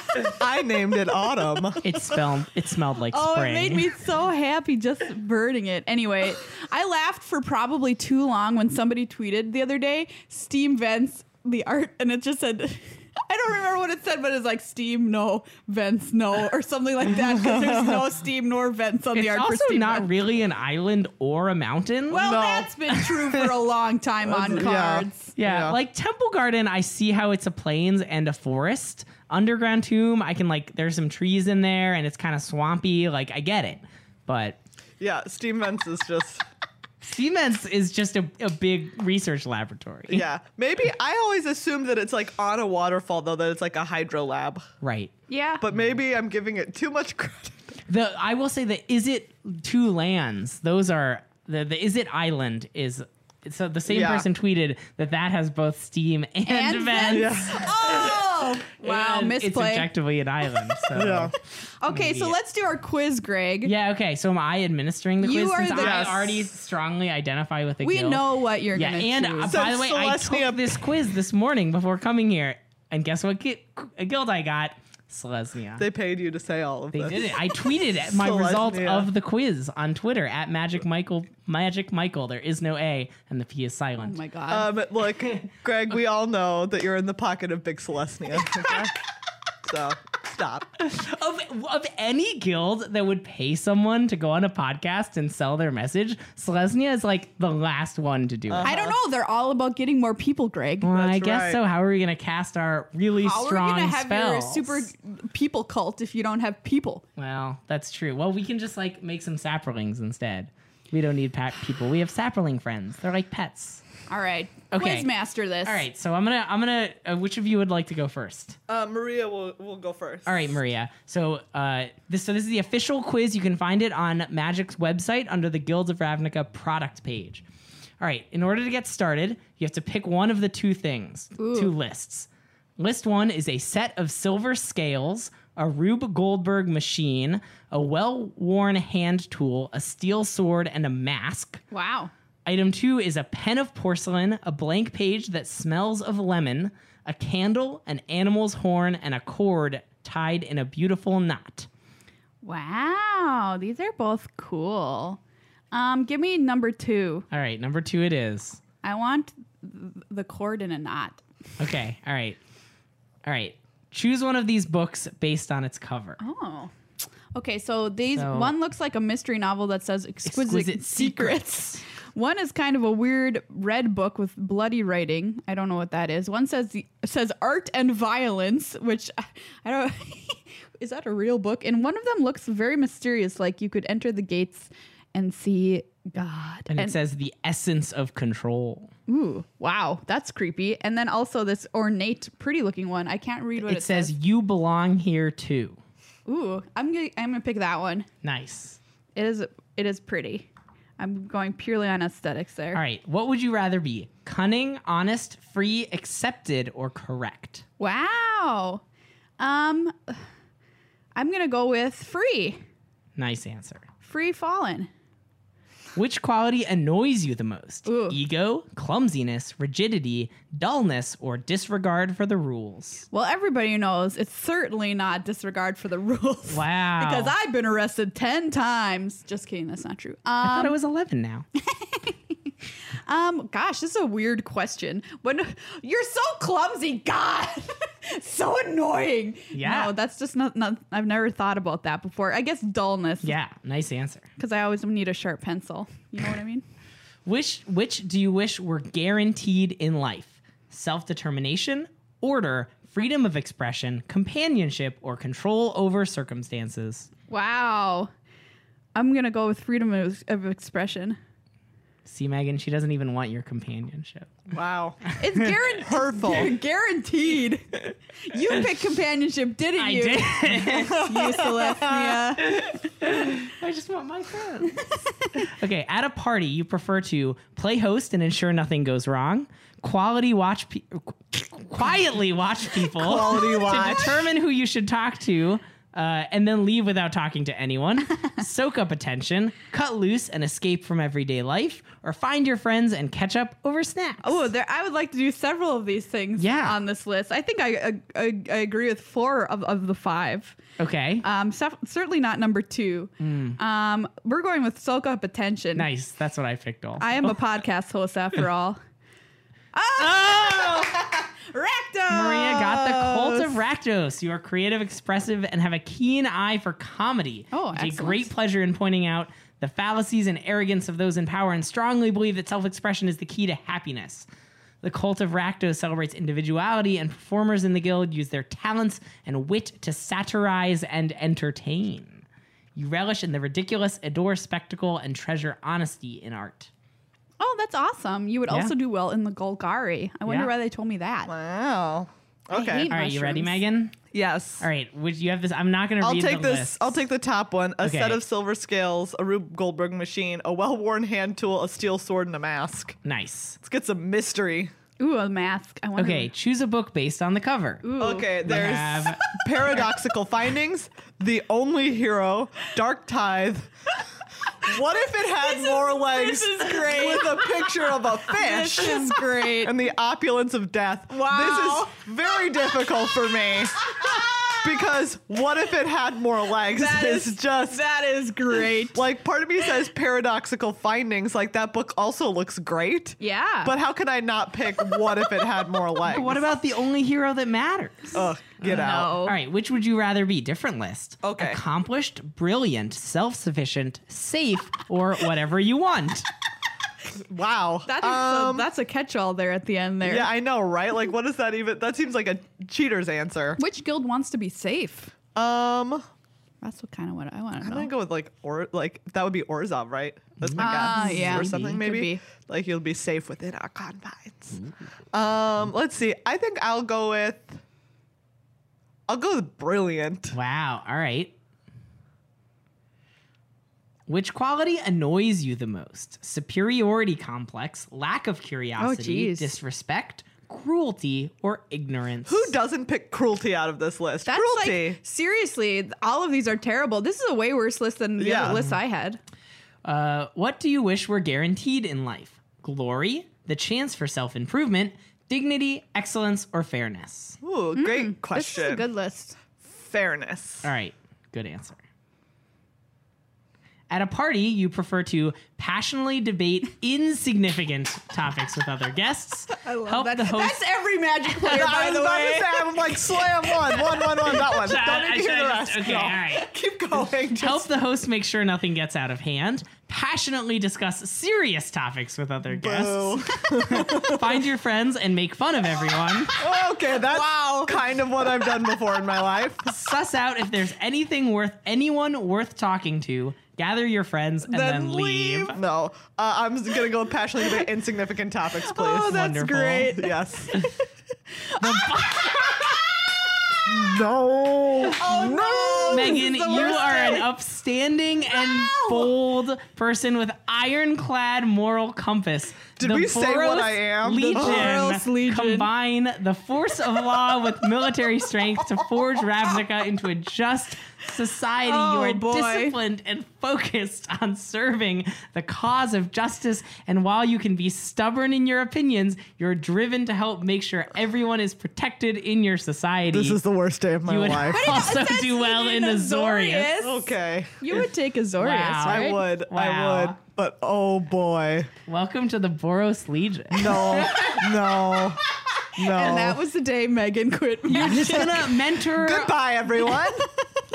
B: I named it Autumn.
C: It smelled it smelled like
A: Oh,
C: spring.
A: it made me so happy just burning it. Anyway, I laughed for probably too long when somebody tweeted the other day Steam vents the art, and it just said, I don't remember what it said, but it's like Steam no vents no or something like that because there's no Steam nor vents on
C: It's
A: the art for
C: also
A: Steam.
C: not
A: vents.
C: really an island or a mountain.
A: well,
B: No.
A: that's been true for a long time on
B: Yeah.
A: cards.
C: Yeah,
B: Yeah.
C: like Temple Garden, I see how it's a plains and a forest. Underground Tomb, I can like there's some trees in there and it's kind of swampy. Like I get it, but
B: Yeah, steam vents is just.
C: Siemens is just a, a big research laboratory.
B: Yeah, maybe I always assumed that it's like on a waterfall though, that it's like a hydro lab.
C: Right.
A: Yeah.
C: Hmm.
B: But maybe I'm giving it too much credit.
C: The I will say that is it two lands. Those are the the is it island is so the same
B: Yeah.
C: person tweeted that that has both steam and,
A: and vents.
C: vents.
A: Oh, wow,
C: And It's
A: misplay.
C: objectively an island. So.
B: Yeah.
A: Okay, so
C: Idiot.
A: let's do our quiz, Greg.
C: Yeah, okay. So am I administering the
A: You
C: quiz?
A: are
C: since
A: the-
C: I
B: Yes.
C: already strongly identify with the
A: We
C: guild?
A: know what you're
C: Yeah,
A: gonna
C: and uh,
A: choose.
C: by the
B: Since
C: way, I
B: Selesnya-
C: took this quiz this morning before coming here, and guess what gui- a guild I got? Selesnya.
B: They paid you to say all of
C: They
B: this.
C: did it. I tweeted at my
B: Selesnya.
C: results of the quiz on Twitter at Magic Michael. Magic Michael. There is no A, and the P is silent.
A: oh my god.
B: Um, look, Greg, we all know that you're in the pocket of Big Celestia. okay? so stop.
A: Oh
C: of of any guild that would pay someone to go on a podcast and sell their message, Selesnya is like the last one to do it.
A: I don't know. They're all about getting more people, Greg.
C: Well, I
B: That's
C: guess
B: right.
C: so. How are we going to cast our really
A: How are we
C: strong
A: gonna have
C: spells?
A: your super people cult if you don't have people?
C: Well, that's true. Well, we can just like make some saplings instead. We don't need pat people. We have sapling friends. They're like pets.
A: All right,
C: Okay.
A: quiz master this.
C: All right, so I'm gonna I'm gonna. Uh, which of you would like to go first?
B: Uh, Maria will will go first.
C: All right, Maria. So uh, this so this is the official quiz. You can find it on Magic's website under the Guilds of Ravnica product page. All right. In order to get started, you have to pick one of the two things, two lists. List one is a set of silver scales, a Rube Goldberg machine, a well-worn hand tool, a steel sword, and a mask.
A: Wow.
C: Item two is a pen of porcelain, a blank page that smells of lemon, a candle, an animal's horn, and a cord tied in a beautiful knot.
A: Wow. These are both cool. Um, give me number two.
C: All right, number two it is.
A: I want th- the cord in a knot.
C: Okay, all right. All right. Choose one of these books based on its cover.
A: Oh. Okay, so these
C: So-
A: one looks like a mystery novel that says exquisite, secrets. One is kind of a weird red book with bloody writing. I don't know what that is. One says the, says art and violence, which I, I don't. is that a real book? And one of them looks very mysterious, like you could enter the gates and see God.
C: And, it says the essence of control.
A: "Ooh, wow, that's creepy." And then also this ornate, pretty-looking one. I can't read what it,
C: It says you belong here too.
A: "Ooh, I'm gonna I'm gonna pick that one.
C: Nice.
A: It is it is pretty. I'm going purely on aesthetics there.
C: All right. What would you rather be? Cunning, honest, free, accepted, or correct?
A: Wow. Um I'm going to go with free.
C: Nice answer.
A: Free fallen.
C: Which quality annoys you the most?
A: Ooh.
C: Ego, clumsiness, rigidity, dullness, or disregard for the rules?
A: Well, everybody knows it's certainly not disregard for the rules.
C: Wow.
A: because I've been arrested 10 times. Just kidding, that's not true.
C: I thought
A: Um,
C: it was 11 now.
A: um gosh, this is a weird question. When you're so clumsy, god. so annoying.
C: Yeah.
A: No, that's just not, not I've never thought about that before. I guess dullness
C: yeah, nice answer.
A: cuz I always need a sharp pencil. You know what I mean?
C: Which which do you wish were guaranteed in life? Self-determination, order, freedom of expression, companionship, or control over circumstances?
A: Wow. I'm going to go with freedom of, of expression.
C: See, Megan, she doesn't even want your companionship.
B: Wow.
A: It's guaranteed.
B: Hurtful.
A: guaranteed. You picked companionship, didn't
C: I
A: you? You
C: did.
A: Celestia.
C: I just want my friends. okay, at a party, you prefer to play host and ensure nothing goes wrong, quality watch, pe- quietly watch people,
B: Quality watch.
C: to determine who you should talk to, uh, and then leave without talking to anyone, soak up attention, cut loose and escape from everyday life, or find your friends and catch up over snacks.
A: Oh, there, I would like to do several of these things
C: Yeah.
A: on this list. I think I, I, I, I agree with four of, of the five.
C: okay,
A: Um, sef- certainly not number two. Um, we're going with soak up attention.
C: nice. That's what I picked. All
A: I am a podcast host after all.
C: Oh!
A: Recto!
C: Maria got the cult of Rakdos. You are creative, expressive, and have a keen eye for comedy.
A: Oh,
C: You
A: excellent.
C: Take great pleasure in pointing out the fallacies and arrogance of those in power and strongly believe that self expression is the key to happiness. The cult of Rakdos celebrates individuality, and performers in the guild use their talents and wit to satirize and entertain. You relish in the ridiculous, adore spectacle, and treasure honesty in art.
A: Oh, that's awesome. You would
C: Yeah.
A: also do well in the Golgari. I wonder
C: Yeah.
A: why they told me that.
B: Wow.
A: I
B: Okay.
A: hate
C: All right, you ready,
A: mushrooms.
C: Megan?
B: Yes.
C: All right, would you have this? I'm not going to
B: I'll
C: read
B: take
C: the
B: this.
C: list.
B: I'll take the top one: a set
C: Okay.
B: of silver scales, a Rube Goldberg machine, a well-worn hand tool, a steel sword, and a mask.
C: Nice.
B: Let's get some mystery.
A: Ooh, a mask. I wonder.
C: Okay, choose a book based on the cover.
A: Ooh.
B: Okay,
C: We
B: there's
C: have-
B: paradoxical findings, the only hero, dark tithe. What if it had more legs with a picture of a fish?
A: This is great.
B: and the opulence of death.
A: Wow.
B: This is very difficult for me. Because what if it had more legs?
A: That
B: It's
A: is-
B: just
A: that is great.
B: like part of me says paradoxical findings. Like that book also looks great.
A: Yeah.
B: But how can I not pick what if it had more legs?
C: what about the only hero that matters?
B: Ugh, get out.
C: All right, which would you rather be? Different list.
B: Okay.
C: Accomplished, brilliant, self sufficient, safe, or whatever you want.
B: Wow.
A: That is
B: Um,
A: a, that's a catch-all there at the end there.
B: yeah, I know, right? Like what is that even that seems like a cheater's answer.
A: Which guild wants to be safe?
B: Um
A: That's what kind of what I want to
B: I'm
A: know.
B: gonna go with like or like that would be Orzov, right? That's my
A: Ah,
B: guess.
A: yeah.
B: Or something
A: Maybe.
B: maybe.
A: Could be. Mm-hmm.
B: Like you'll be safe within our confines. Um, let's see. I think I'll go with I'll go with brilliant.
C: Wow. All right. Which quality annoys you the most? Superiority complex, lack of
B: Oh,
C: curiosity,
A: geez.
C: disrespect, cruelty, or ignorance?
B: Who doesn't pick cruelty out of this list?
A: That's
B: cruelty.
A: like seriously, all of these are terrible. This is a way worse list than the
B: Yeah.
A: other list I had.
C: Uh, what do you wish were guaranteed in life? Glory, the chance for self improvement, dignity, excellence, or fairness?
B: Ooh, great
A: mm-hmm. This
B: question.
A: is a good list.
B: Fairness.
C: All right, good answer. At a party, you prefer to passionately debate insignificant topics with other guests. I love help
A: That-
C: the host.
A: That's every magic player,
B: I
A: by
B: was
A: the
B: about
A: way.
B: to say, I'm like slam one, one, one, one, that one.
C: Uh,
B: Don't
C: I
B: need to hear
C: should
B: the
C: I
B: rest.
C: just- okay,
B: No.
C: all right.
B: Keep going. Just
C: Help the host make sure nothing gets out of hand. Passionately discuss serious topics with other
B: boo.
C: guests. Find your friends and make fun of everyone.
B: okay, that's kind of what I've done before in my life.
C: suss out if there's anything worth anyone worth talking to. Gather your friends and then, leave.
B: No, uh, I'm just gonna go with passionately debate insignificant topics, please.
A: Oh, that's
C: Wonderful.
A: great.
B: Yes.
C: Ah!
B: no. Oh no. Oh, this
C: Megan,
B: is
C: you
B: the worst
C: are an
B: day.
C: upstanding and bold person with ironclad moral compass.
B: Did we say what
C: Boros
B: I am? The
A: Boros
C: Legion,
A: Legion.
C: combine the force of law with military strength to forge Ravnica into a just society.
A: Oh,
C: you are
A: boy.
C: disciplined and focused on serving the cause of justice. And while you can be stubborn in your opinions, you're driven to help make sure everyone is protected in your society.
B: This is the worst day of
C: You
B: my
C: would
B: life.
C: also do well in Azorius.
B: Okay.
A: You would take Azorius,
C: Wow.
A: right?
B: I would. I
C: Wow.
B: would. But oh boy.
C: Welcome to the Boros Legion.
B: No. no. No.
A: And that was the day Megan quit.
C: You're just gonna mentor.
B: Goodbye, everyone.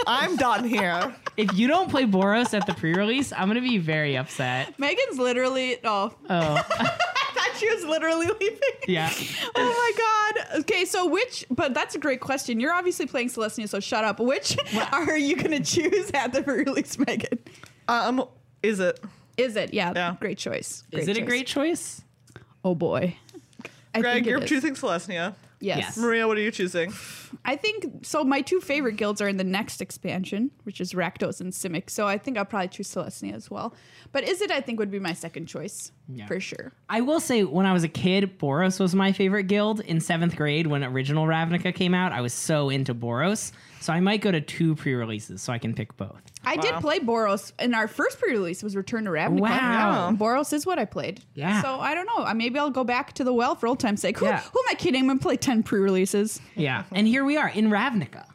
B: I'm done here.
C: If you don't play Boros at the pre-release, I'm gonna be very upset.
A: Megan's literally oh,
C: Oh,
A: I thought she was literally leaving.
C: yeah.
A: Oh my god. Okay, so which but that's a great question. You're obviously playing Celestia, so shut up. Which are you gonna choose at the release, Megan?
B: Um, is it?
A: Is it? Yeah.
B: Yeah.
A: Great choice.
C: Is it a
A: choice.
C: great choice?
A: Oh boy. I
B: Greg,
A: think it
B: you're
A: is.
B: choosing Celestia.
A: Yes.
C: Yes.
B: Maria, what are you choosing?
A: I think so. My two favorite guilds are in the next expansion, which is Rakdos and Simic. So I think I'll probably choose Celestia as well. But is it? I think would be my second choice
C: Yeah.
A: for sure.
C: I will say, when I was a kid, Boros was my favorite guild. In seventh grade, when original Ravnica came out, I was so into Boros. So I might go to two pre-releases, so I can pick both.
A: I did play Boros, and our first pre-release was Return to Ravnica.
C: Wow.
A: And Boros is what I played.
C: Yeah.
A: So I don't know. I- Maybe I'll go back to the well for old time's sake. Who,
C: Yeah.
A: who am I kidding? I'm gonna play ten pre-releases.
C: Yeah. And here we are in Ravnica.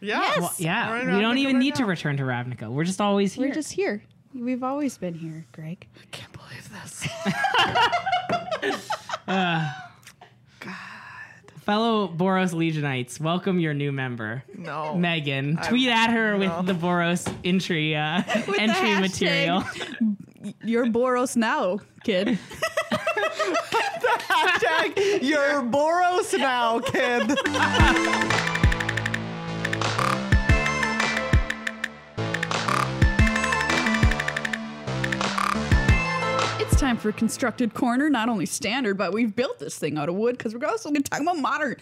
B: Yeah.
A: Yes.
B: Well,
C: Yeah.
B: We're in
C: we don't
B: Ravnica
C: even
B: right
C: need to
B: now.
C: return to Ravnica. We're just always here.
A: We're just here. We've always been here, Greg.
B: I can't believe this.
C: Fellow Boros Legionites, welcome your new member,
B: No.
C: Megan. Tweet at her
B: no.
C: with the Boros entry uh,
A: the
C: entry
A: hashtag.
C: material.
A: You're Boros now, kid.
B: Hashtag, you're Boros now, kid.
A: It's time for constructed corner. Not only standard, but we've built this thing out of wood because we're also going to talk about modern.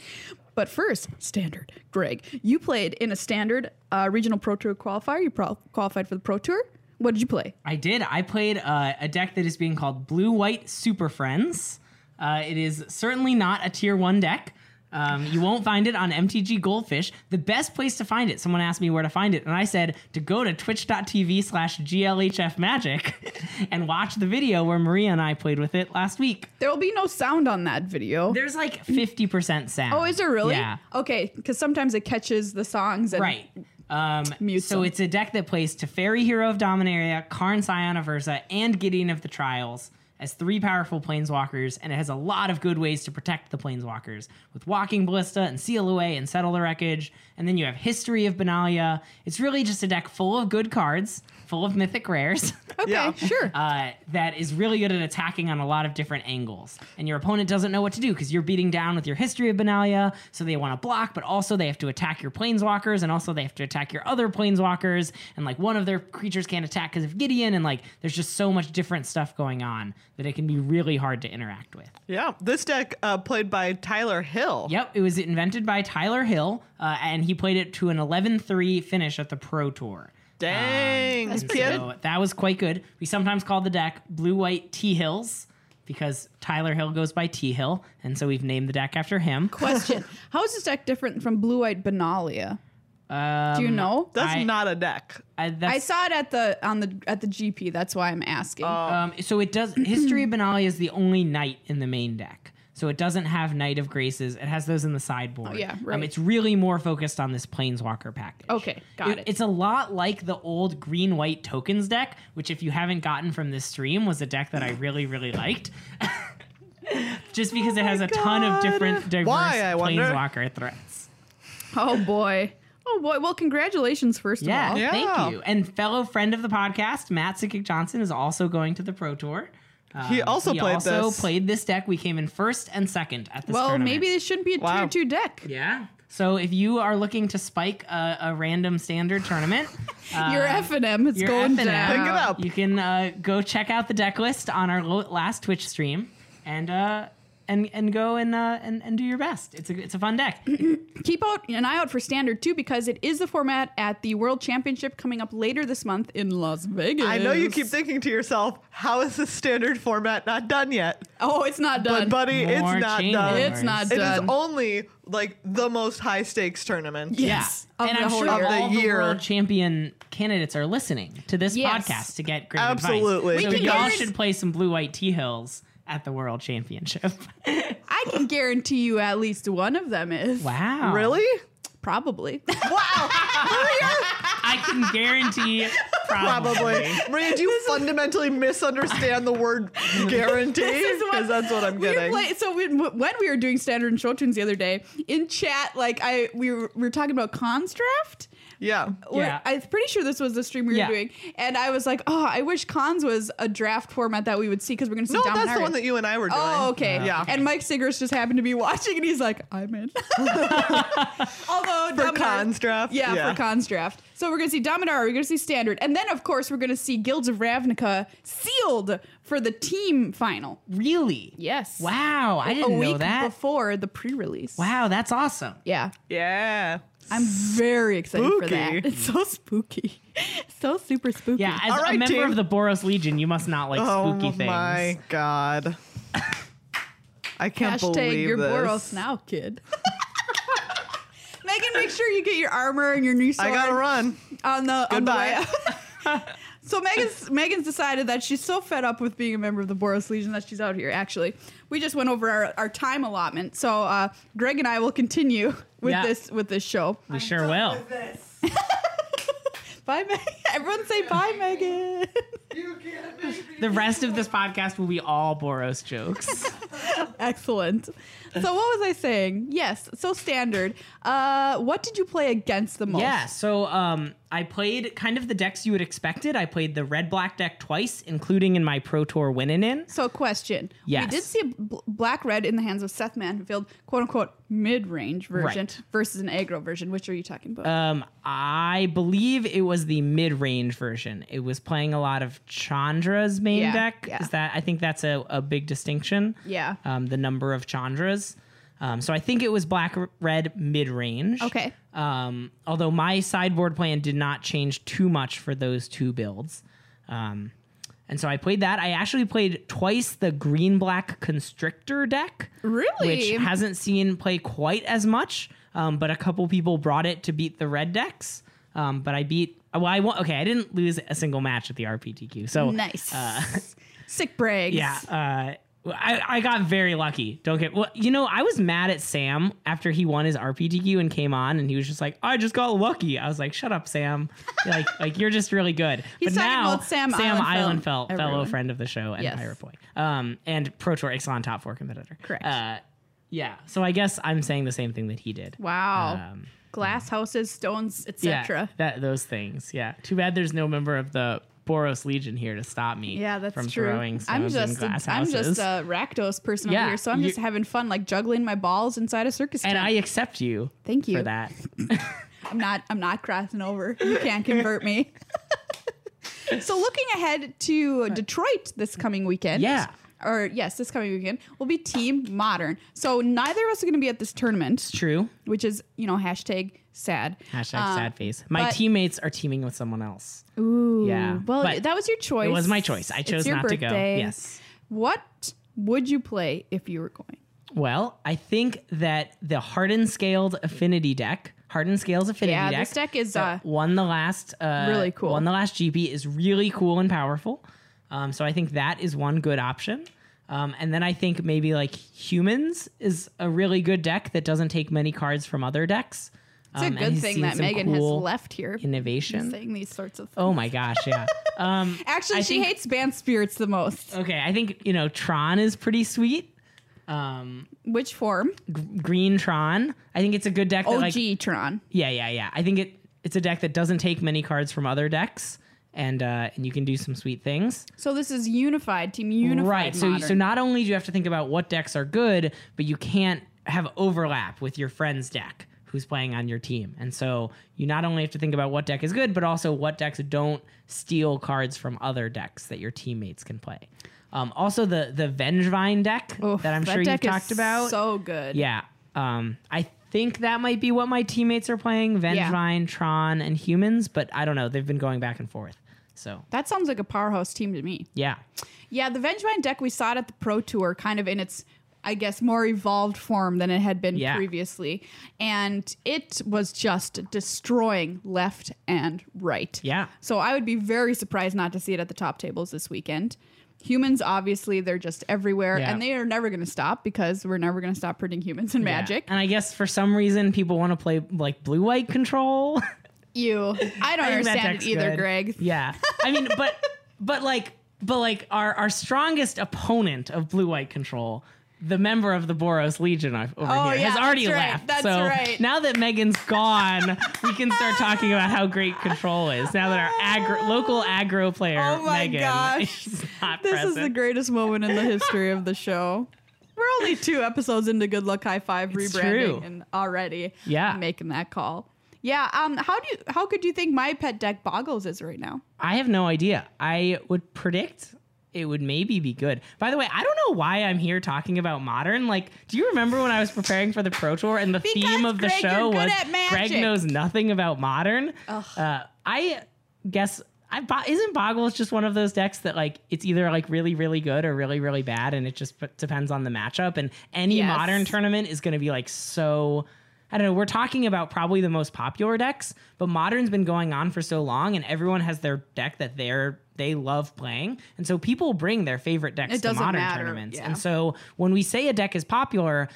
A: But first, standard. Greg, you played in a standard uh, regional pro tour qualifier. You pro- qualified for the pro tour. What did you play?
C: I did. I played uh, a deck that is being called Blue White Super Friends. Uh, it is certainly not a tier one deck. Um, you won't find it on MTG Goldfish. The best place to find it, someone asked me where to find it, and I said to go to twitch.tv slash GLHF Magic and watch the video where Maria and I played with it last week.
A: There will be no sound on that video.
C: There's like 50% sound.
A: oh, is there really?
C: Yeah.
A: Okay, because sometimes it catches the songs. And
C: Right. Um,
A: Mute
C: so
A: them.
C: it's a deck that plays Teferi, Hero of Dominaria, Karn, Scion of Urza, and Gideon of the Trials as three powerful planeswalkers, and it has a lot of good ways to protect the planeswalkers with Walking Ballista and Seal Away and Settle the Wreckage. And then you have History of Benalia. It's really just a deck full of good cards, full of mythic rares.
A: Okay,
B: Yeah.
A: sure.
C: uh, that is really good at attacking on a lot of different angles. And your opponent doesn't know what to do because you're beating down with your history of Benalia. So they want to block, but also they have to attack your planeswalkers and also they have to attack your other planeswalkers. And like one of their creatures can't attack because of Gideon. And like there's just so much different stuff going on that it can be really hard to interact with.
B: Yeah. This deck uh, played by Tyler Hill.
C: Yep, it was invented by Tyler Hill uh, and he played it to an 11 3 finish at the Pro Tour.
B: Dang. kid.
C: Um, So that was quite good. We sometimes call the deck Blue White T Hills because Tyler Hill goes by T Hill, and so we've named the deck after him.
A: Question How is this deck different from Blue Eyed Benalia?
C: Um,
A: Do you know?
B: That's
C: I-
B: not a deck.
C: I,
A: I
C: Uh, that's,
A: saw it at the on the at the GP. That's why I'm asking.
C: um, so it does. History of Benalia is the only knight in the main deck. So it doesn't have Knight of Graces. It has those in the sideboard.
A: Oh, yeah,
C: Um,
A: right.
C: it's really more focused on this Planeswalker package.
A: Okay, got it.
C: It's a lot like the old green white tokens deck, which if you haven't gotten from this stream was a deck that I really really liked. Just because
A: Oh
C: it has a ton of different diverse
B: Why, I wonder?
C: planeswalker threats.
A: oh boy. Oh boy. Well, congratulations first of
C: Yeah,
A: all.
B: Yeah.
C: thank you. And fellow friend of the podcast, Matt Sikic Johnson is also going to the Pro Tour. Um,
B: He also played
C: also
B: this.
C: played this deck. We came in first and second at this.
A: Well,
C: tournament.
A: maybe this shouldn't be a
B: Wow.
A: tier two deck.
C: yeah. So if you are looking to spike a, a random standard tournament,
A: your F and M is
C: Uh, your
A: going
C: F&M.
A: down.
B: Pick it up.
C: You can uh, go check out the deck list on our lo- last Twitch stream and uh, and and go and uh, and and do your best. It's a it's a fun deck.
A: Keep out an eye out for standard too, because it is the format at the World Championship coming up later this month in Las Vegas.
B: I know you keep thinking to yourself, how is the standard format not done yet?
A: Oh, it's not
B: But
A: done.
B: buddy, it's
C: Uh, More
B: not
C: changes.
B: done.
A: It's not
B: It is
A: done.
B: only like the most high stakes tournament.
A: yes,
C: Yeah.
A: of
C: and
A: the
C: I'm
A: whole
C: sure
A: year.
C: all
B: Of the
C: the
B: year.
C: world champion candidates are listening to this
A: Yes.
C: podcast to get great
B: Absolutely. We
C: advice. So
A: can
C: y'all
A: guarantee-
C: should play some blue white tea hills at the world championship.
A: I can guarantee you at least one of them is
C: wow.
B: Really?
A: probably.
B: Wow.
C: I can guarantee probably.
B: Probably. Maria, do you fundamentally misunderstand the word guarantee? Because that's what I'm
A: we were
B: getting.
A: play- so we, when we were doing standard and show tunes the other day in chat, like I we were, we were talking about Cons draft.
B: yeah.
A: We're-
C: Yeah.
A: I'm pretty sure this was the stream we were
C: Yeah.
A: doing, and I was like, "Oh, I wish Cons was a draft format that we would see because we're gonna see."
B: No,
A: Dom and
B: that's the
A: Iris."
B: one that you and I were doing.
A: Oh, okay.
B: Yeah.
A: And Mike Siggers just happened to be watching, and he's like, "I'm in." Although
B: For
A: Dom and Iris-
B: cons draft.
A: yeah, for cons draft. So we're gonna see Dominar, we're gonna see Standard, and then of course we're gonna see Guilds of Ravnica sealed for the team final.
C: Really?
A: Yes.
C: Wow. I didn't
A: a week
C: know that.
A: before the pre-release.
C: Wow, that's awesome.
A: Yeah,
B: Yeah.
A: I'm very excited for that.
B: Spooky.
A: It's so spooky, so super spooky.
C: Yeah, as
B: All right,
C: a member
B: team.
C: of the Boros Legion, you must not like
B: Oh
C: spooky things.
B: my god. I can't
A: Hashtag
B: believe
A: you're
B: this.
A: Boros now, kid. Megan, make sure you get your armor and your new sword
B: I gotta run.
A: on the on the way
B: Goodbye.
A: out. So Megan's Megan's decided that she's so fed up with being a member of the Boros Legion that she's out here. Actually, we just went over our, our time allotment, so uh, Greg and I will continue with
C: Yeah.
A: this with this show.
C: We sure will.
A: Bye, Megan. Everyone say bye, Megan.
C: The rest of this podcast will be all Boros jokes.
A: Excellent. So what was I saying? Yes. So standard. Uh, what did you play against the most?
C: yeah, so um, I played kind of the decks you would expected. I played the red black deck twice, including in my Pro Tour winning in.
A: So question.
C: Yes.
A: We did see a bl- black red in the hands of Seth Manfield, quote unquote mid range version
C: Right.
A: versus an aggro version. Which are you talking about?
C: Um, I believe it was the mid range version. It was playing a lot of Chandra's main
A: Yeah,
C: deck.
A: yeah.
C: Is that I think that's a, a big distinction.
A: Yeah.
C: Um, the number of Chandras. Um, so I think it was black r- red mid range.
A: Okay.
C: Um, although my sideboard plan did not change too much for those two builds. Um, and so I played that. I actually played twice the green black constrictor deck.
A: Really?
C: Which hasn't seen play quite as much, um, but a couple people brought it to beat the red decks. Um, but I beat. Well, I won. Okay, I didn't lose a single match at the RPTQ. So
A: nice. Sick brags.
C: uh, yeah, uh, I, I got very lucky. Don't get well. You know, I was mad at Sam after he won his RPTQ and came on, and he was just like, "I just got lucky." I was like, "Shut up, Sam! like, like you're just really good."
A: He's talking about Sam
C: Sam
A: Islenfeld,
C: Islenfeld, fellow
A: everyone.
C: friend of the show and
A: Yes.
C: pirate boy, um, and Pro Tour Exxon top four competitor.
A: Correct.
C: Uh, yeah. So I guess I'm saying the same thing that he did.
A: Wow.
C: Um,
A: Glass houses, stones,
C: yeah.
A: etc.
C: That those things. Yeah. Too bad there's no member of the. Boros Legion here to stop me.
A: Yeah, that's
C: from
A: true.
C: Throwing
A: I'm
C: stones
A: just
C: in glass
A: I'm
C: houses.
A: just a Rakdos person over
C: Yeah,
A: here, so I'm
C: you-
A: just having fun like juggling my balls inside a circus
C: and
A: tent.
C: I accept you.
A: Thank you.
C: for that.
A: I'm not I'm not crossing over. You can't convert me. so looking ahead to Detroit this coming weekend.
C: Yeah.
A: Or yes, this coming weekend will be Team Modern. So neither of us are going to be at this tournament,
C: True.
A: which is you know hashtag sad.
C: Hashtag
A: Uh,
C: sad face. My
A: but-
C: teammates are teaming with someone else.
A: Ooh.
C: Yeah,
A: Well,
C: but
A: that was your choice.
C: It was my choice. I
A: It's
C: chose
A: your
C: not to go.
A: birthday.
C: Yes.
A: What would you play if you were going?
C: Well, I think that the Harden Scaled Affinity deck, Harden Scales Affinity
A: Yeah,
C: deck,
A: this deck is,
C: that
A: uh,
C: won the last uh,
A: really cool.
C: Won the last GP is really cool and powerful. Um, so I think that is one good option. Um, and then I think maybe like humans is a really good deck that doesn't take many cards from other decks.
A: It's
C: Um, and
A: a good
C: he's
A: thing
C: seen
A: that
C: some
A: Megan
C: cool
A: has left here
C: innovation.
A: saying these sorts of things.
C: Oh my gosh, yeah. Um,
A: Actually,
C: I
A: she
C: think-
A: hates band spirits the most.
C: Okay, I think you know Tron is pretty sweet. Um,
A: Which form?
C: g- green Tron. I think it's a good deck. That,
A: OG
C: like,
A: Tron.
C: yeah, yeah, yeah. I think it it's a deck that doesn't take many cards from other decks, and uh, and you can do some sweet things.
A: So this is unified team unified.
C: right. So
A: modern.
C: so not only do you have to think about what decks are good, but you can't have overlap with your friend's deck who's playing on your team. And so you not only have to think about what deck is good, but also what decks don't steal cards from other decks that your teammates can play. Um, also the the Vengevine deck that I'm sure you've
A: deck is
C: talked about.
A: So good.
C: yeah. Um, I think that might be what my teammates are playing: Vengevine, Tron, and Humans. But I don't know. They've been going back and forth. So
A: That sounds like a powerhouse team to me.
C: yeah,
A: Yeah, the Vengevine deck we saw it at the Pro Tour, kind of in its, I guess, more evolved form than it had been
C: Yeah.
A: previously, and it was just destroying left and right.
C: Yeah.
A: So I would be very surprised not to see it at the top tables this weekend. Humans, obviously, they're just everywhere,
C: Yeah.
A: and they are never going to stop because we're never going to stop printing humans and
C: Yeah.
A: magic.
C: And I guess for some reason people want to play like blue white control.
A: You, I don't
C: think that
A: understand it
C: deck's
A: either,
C: good.
A: Greg.
C: Yeah. I mean, but but like but like our our strongest opponent of blue white control, the member of the Boros Legion o- over
A: Oh,
C: here,
A: yeah,
C: has already
A: that's right,
C: left.
A: that's
C: so
A: right.
C: now that Megan's gone, we can start talking about how great control is. Now that our agro, local aggro player
A: Oh my
C: Megan
A: gosh.
C: is not
A: This is
C: present.
A: the greatest moment in the history of the show. We're only two episodes into Good Luck High Five
C: It's
A: rebranding
C: true.
A: and already
C: Yeah.
A: making that call. Yeah, um how do you how could you think my pet deck boggles is right now?
C: I have no idea. I would predict it would maybe be good. By the way, I don't know why I'm here talking about modern. Like, do you remember when I was preparing for the Pro Tour and the
A: Because,
C: theme of the
A: Greg, you're
C: show
A: good
C: was
A: at magic.
C: Greg knows nothing about modern? Uh, I guess I bo- isn't Boggles just one of those decks that like it's either like really really good or really really bad, and it just p- depends on the matchup. And any
A: Yes.
C: modern tournament is going to be like so. I don't know. We're talking about probably the most popular decks, but modern's been going on for so long, and everyone has their deck that they're they love playing, and so people bring their favorite decks
A: It
C: to
A: doesn't
C: modern
A: matter,
C: tournaments.
A: yeah.
C: And so when we say a deck is popular,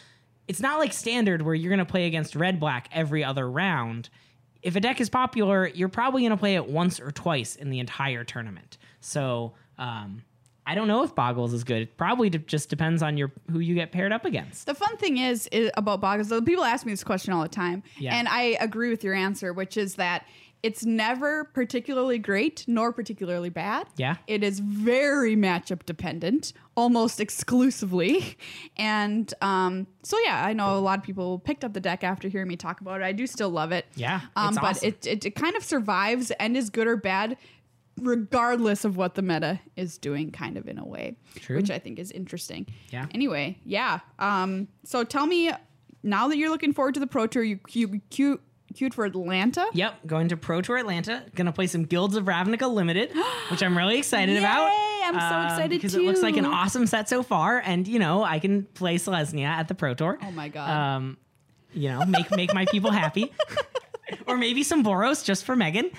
C: it's not like standard where you're going to play against red black every other round. If a deck is popular, you're probably going to play it once or twice in the entire tournament. So um, I don't know if Boggles is good. It probably de- just depends on your who you get paired up against.
A: The fun thing is, is about boggles. Though people ask me this question all the time,
C: Yeah.
A: and I agree with your answer, which is that it's never particularly great nor particularly bad.
C: Yeah.
A: it is very matchup dependent, almost exclusively, and um, so yeah, I know a lot of people picked up the deck after hearing me talk about it. I do still love it.
C: Yeah,
A: um,
C: it's
A: but
C: awesome.
A: it, it it kind of survives and is good or bad. Regardless of what the meta is doing, kind of in a way,
C: True.
A: which I think is interesting.
C: Yeah.
A: Anyway, yeah. Um. So tell me, now that you're looking forward to the pro tour, you you cute cute for Atlanta.
C: Yep, going to Pro Tour Atlanta. Gonna play some Guilds of Ravnica Limited, which I'm really excited
A: Yay,
C: about.
A: I'm so
C: um,
A: excited
C: because it looks like an
A: too.
C: awesome set so far, and you know I can play Selesnya at the Pro Tour.
A: Oh my god.
C: um, you know, make make my people happy, or maybe some Boros just for Megan.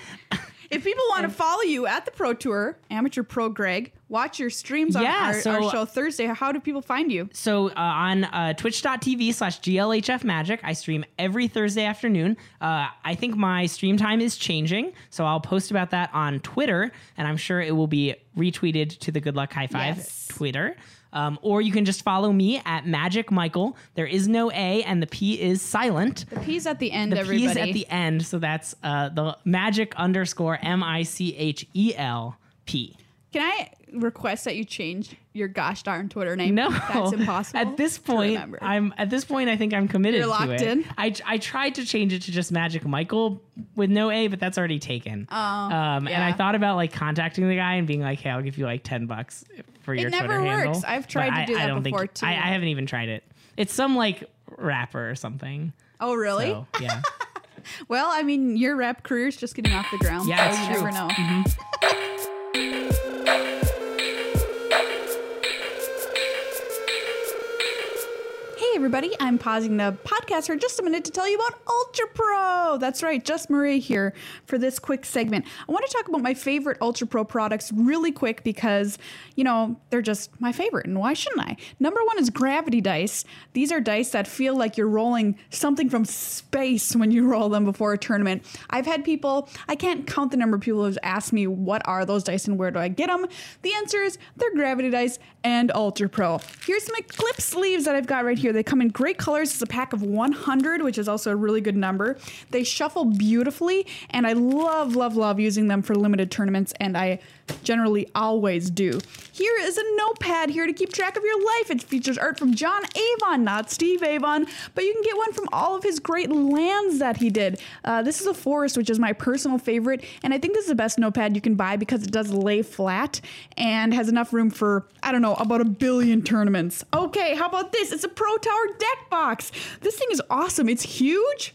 A: if people want to follow you at the pro tour, amateur pro Greg, watch your streams on
C: Yeah,
A: our, our
C: so-
A: show Thursday. How do people find you?
C: So uh, on uh, twitch.tv slash glhf magic, I stream every Thursday afternoon. Uh, I think my stream time is changing, so I'll post about that on Twitter, and I'm sure it will be retweeted to the Good Luck High Five
A: Yes.
C: Twitter. Um, or you can just follow me at Magic Michael. There is no A, and the P is silent.
A: The P's at the end,
C: the
A: everybody.
C: P is at the end, so that's uh, the magic underscore M I C H E L P.
A: Can I request that you change your gosh darn Twitter name?
C: No,
A: that's impossible.
C: At this
A: to
C: point,
A: remember.
C: I'm at this point. I think I'm committed.
A: You're locked
C: to it.
A: in?
C: I I tried to change it to just Magic Michael with no A, but that's already taken. Oh, um, and I
A: yeah.
C: thought about like contacting the guy and being like, "Hey, I'll give you like ten bucks for your
A: never
C: Twitter handle."
A: works. I've
C: But
A: tried to
C: I-
A: do that
C: I don't think-
A: before, too.
C: I, I haven't even tried it. It's some like rapper or something.
A: oh really?
C: So yeah,
A: Well, I mean, your rap career's just getting off the ground. so
C: Yeah, it's
A: you
C: true.
A: never know. Hey everybody, I'm pausing the podcast for just a minute to tell you about Ultra Pro. That's right, just Maria here for this quick segment. I want to talk about my favorite Ultra Pro products really quick because, you know, they're just my favorite and why shouldn't I? Number 1 is gravity dice. These are dice that feel like you're rolling something from space when you roll them before a tournament. I've had people, I can't count the number of people who've asked me what are those dice and where do I get them? The answer is they're gravity dice and Ultra Pro. Here's some Eclipse sleeves that I've got right here. They come in great colors. It's a pack of 100, which is also a really good number. They shuffle beautifully, and I love, love, love using them for limited tournaments, and I generally always do. Here is a notepad here to keep track of your life. It features art from John Avon, not Steve Avon, but you can get one from all of his great lands that he did. Uh, this is a forest, which is my personal favorite, and I think this is the best notepad you can buy because it does lay flat and has enough room for, I don't know, about a billion tournaments. Okay, how about this? It's a Pro Tower deck box. This thing is awesome. It's huge.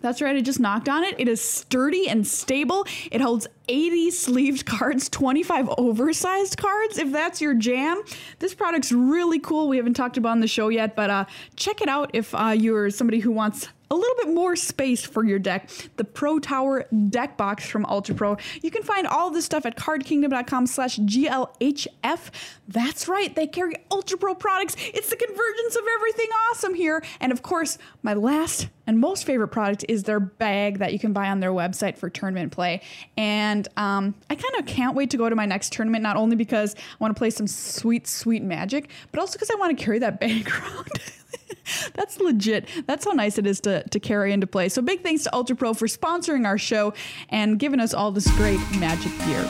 A: That's right, I just knocked on it. It is sturdy and stable. It holds 80 sleeved cards, 25 oversized cards, if that's your jam. This product's really cool. We haven't talked about it on the show yet, but uh, check it out if uh, you're somebody who wants a little bit more space for your deck. The Pro Tower deck box from Ultra Pro. You can find all this stuff at cardkingdom.com slash GLHF. That's right, they carry Ultra Pro products. It's the convergence of everything awesome here. And of course, my last and most favorite product is their bag that you can buy on their website for tournament play. And um, I kind of can't wait to go to my next tournament, not only because I want to play some sweet, sweet magic, but also because I want to carry that bag around. That's legit. That's how nice it is to, to carry into play. So big thanks to Ultra Pro for sponsoring our show and giving us all this great magic gear.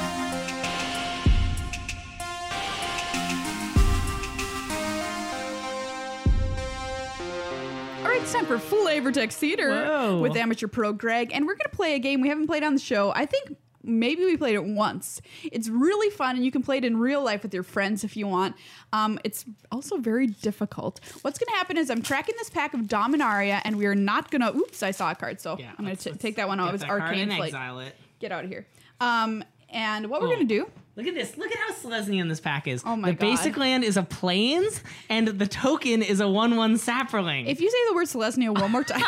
A: All right, It's time for full Avertex Theater
C: Whoa.
A: with amateur pro Greg, and we're gonna play a game we haven't played on the show. I think maybe we played it once. It's really fun, and you can play it in real life with your friends if you want. Um, it's also very difficult. What's gonna happen is I'm tracking this pack of Dominaria, and we are not gonna. Oops, I saw a card, so
C: Yeah,
A: I'm gonna
C: let's-
A: t-
C: let's
A: take that one out.
C: get
A: It was
C: that card
A: arcane
C: and
A: flight.
C: exile it.
A: Get out of here. Um, and what we're
C: Oh.
A: gonna do?
C: Look at this. Look at how Selesny in this pack is.
A: Oh my
C: the basic
A: God.
C: land is a plains, and the token is a 1 1 sapperling.
A: If you say the word Selesnya one more time,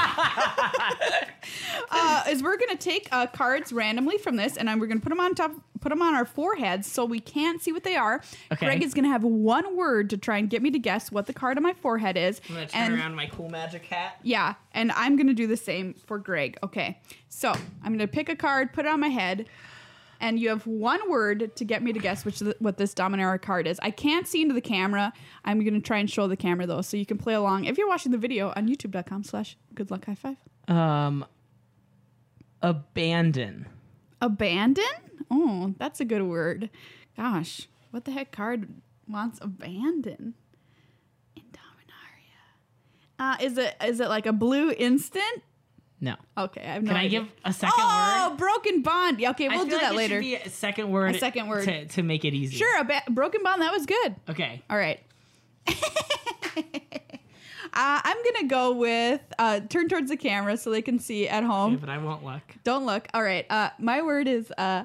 A: uh, is we're gonna take uh, cards randomly from this, and then we're gonna put them on top, put them on our foreheads, so we can't see what they are.
C: Okay.
A: Greg is gonna have one word to try and get me to guess what the card on my forehead is.
C: I'm going to turn
A: and
C: around my cool magic hat.
A: yeah, and I'm gonna do the same for Greg. Okay, so I'm gonna pick a card, put it on my head. And you have one word to get me to guess which the, what this Dominaria card is. I can't see into the camera. I'm going to try and show the camera though, so you can play along. If you're watching the video on YouTube.com/slash Good Luck High Five.
C: Um, abandon.
A: Abandon? Oh, that's a good word. Gosh, what the heck card wants abandon? In Dominaria. Uh, is it is it like a blue instant?
C: No.
A: Okay, I have no
C: Can I
A: idea.
C: give a second
A: Oh,
C: word?
A: broken bond. Yeah, Okay,
C: I
A: we'll do
C: feel like
A: that
C: it should
A: later.
C: Be a second word.
A: A second word.
C: to, to make it easy.
A: sure, a ba- broken bond. That was good.
C: Okay.
A: All right. uh, I'm gonna go with uh, turn towards the camera so they can see at home.
C: But I won't look.
A: Don't look. All right. Uh, my word is uh,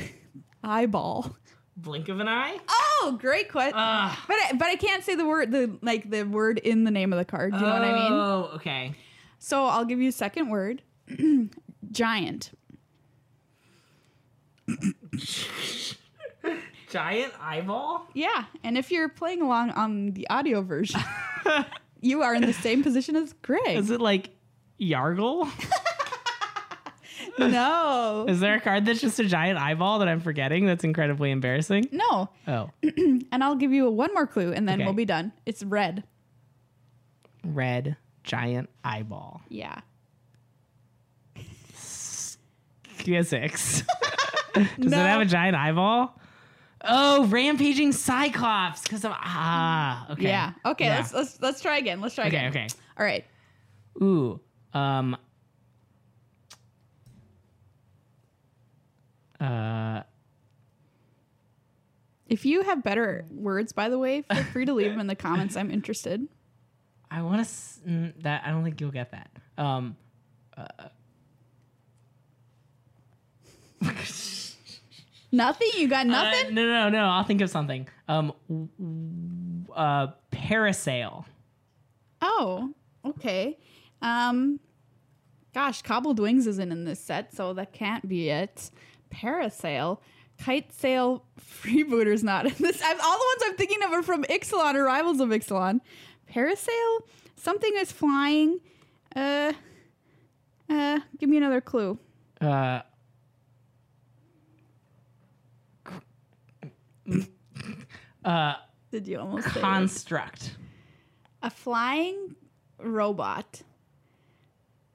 A: eyeball.
C: Blink of an eye.
A: Oh, great question.
C: Ugh.
A: But I, but I can't say the word the like the word in the name of the card. Do you know what I mean?
C: Oh, okay.
A: So I'll give you a second word. Giant.
C: Giant eyeball.
A: Yeah, and if you're playing along on the audio version, you are in the same position as Greg.
C: Is it like Yargle?
A: No.
C: Is there a card that's just a giant eyeball that I'm forgetting? That's incredibly embarrassing.
A: No.
C: Oh,
A: And I'll give you one more clue and then
C: Okay.
A: we'll be done. It's red.
C: red giant eyeball.
A: Yeah.
C: Six. Does
A: no.
C: it have a giant eyeball? Oh, rampaging cyclops because of ah. Okay.
A: Yeah. Okay,
C: Yeah.
A: let's let's let's try again. Let's try
C: okay.
A: again.
C: Okay.
A: All right.
C: Ooh. Um. Uh.
A: If you have better words, by the way, feel free to leave them in the comments. I'm interested.
C: I want to s- mm, that. I don't think you'll get that. Um,
A: Nothing? You got
C: uh,
A: nothing?
C: no, no, no. I'll think of something. Um, w- w- uh, parasail.
A: oh, okay. Um gosh, cobbled wings isn't in this set, so that can't be it. Parasail. Kite sail freebooter's not in this. I've, all the ones I'm thinking of are from Ixalan or Rivals of Ixalan. Parasail? Something is flying. Uh uh give me another clue.
C: Uh. Uh,
A: Did you almost say it?
C: construct.
A: a flying robot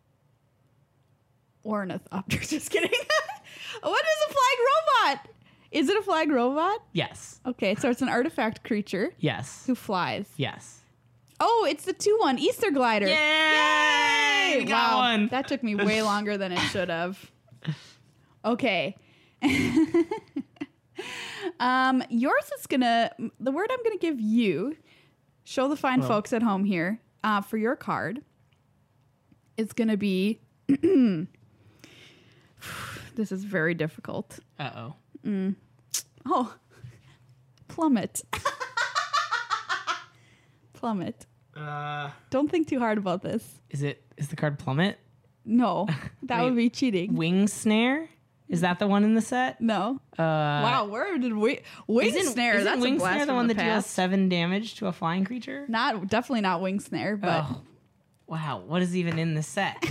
A: ornithopter. Just kidding. what is a flag robot? Is it a flag robot?
C: Yes.
A: Okay, so it's an artifact creature
C: Yes.
A: who flies.
C: Yes.
A: Oh, it's the two one Easter glider.
C: Yay! We got
A: wow,
C: one.
A: that took me way longer than it should have. Okay. um, yours is gonna the word I'm gonna give you. Show the
C: Oh.
A: fine folks at home here uh, for your card. It's gonna be. this is very difficult.
C: Uh oh.
A: Oh, plummet. plummet.
C: Uh,
A: Don't think too hard about this.
C: is it is the card plummet?
A: No, that would be cheating.
C: Wing snare? Is that the one in the set?
A: No.
C: Uh,
A: wow, where did we wing snare?
C: isn't
A: that's
C: wing
A: a blast
C: snare the
A: from
C: one
A: the
C: that deals
A: past.
C: seven damage to a flying creature?
A: Not definitely not wing snare, but
C: Oh, wow. What is even in the set?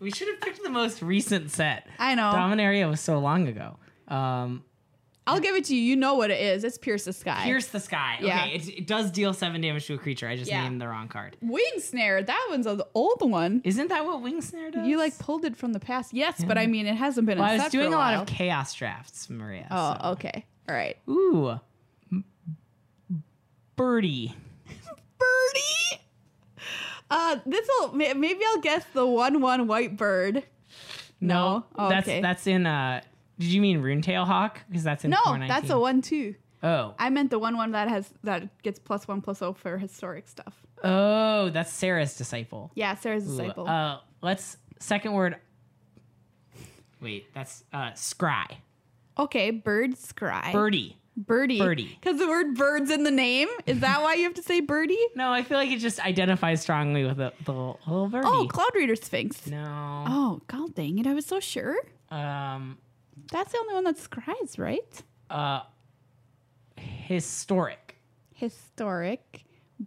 C: we should have picked the most recent set.
A: I know.
C: Dominaria was so long ago. Um,
A: I'll give it to you. You know what it is. It's pierce the sky.
C: Pierce the Sky.
A: Yeah.
C: Okay, it, it does deal seven damage to a creature. I just
A: Yeah.
C: named the wrong card.
A: wing snare. That one's an old one.
C: Isn't that what Wing Snare does?
A: You like pulled it from the past. Yes, but I mean it hasn't been.
C: Well,
A: in
C: I was
A: set for
C: doing a lot
A: while.
C: of chaos drafts, Maria.
A: Oh,
C: so-
A: okay. All right.
C: Ooh. M- Birdie.
A: Birdie. Uh, this will maybe I'll guess the one one white bird. No? Oh,
C: that's
A: okay.
C: that's in. uh Did you mean Runetail Hawk? Because that's in.
A: No,
C: 419.
A: that's a one two.
C: Oh,
A: I meant the one one that has that gets plus one plus zero for historic stuff.
C: oh, that's Sarah's disciple.
A: Yeah, Sarah's
C: Ooh,
A: disciple.
C: Uh, let's second word. Wait, that's uh scry.
A: okay, bird scry.
C: Birdie.
A: birdie.
C: birdie.
A: Because the word bird's in the name. Is that why you have to say birdie?
C: No, I feel like it just identifies strongly with the, the little little birdie.
A: Oh, Cloud Reader Sphinx.
C: no.
A: Oh, god dang it. I was so sure.
C: Um.
A: That's the only one that scries, right?
C: Uh. Historic.
A: Historic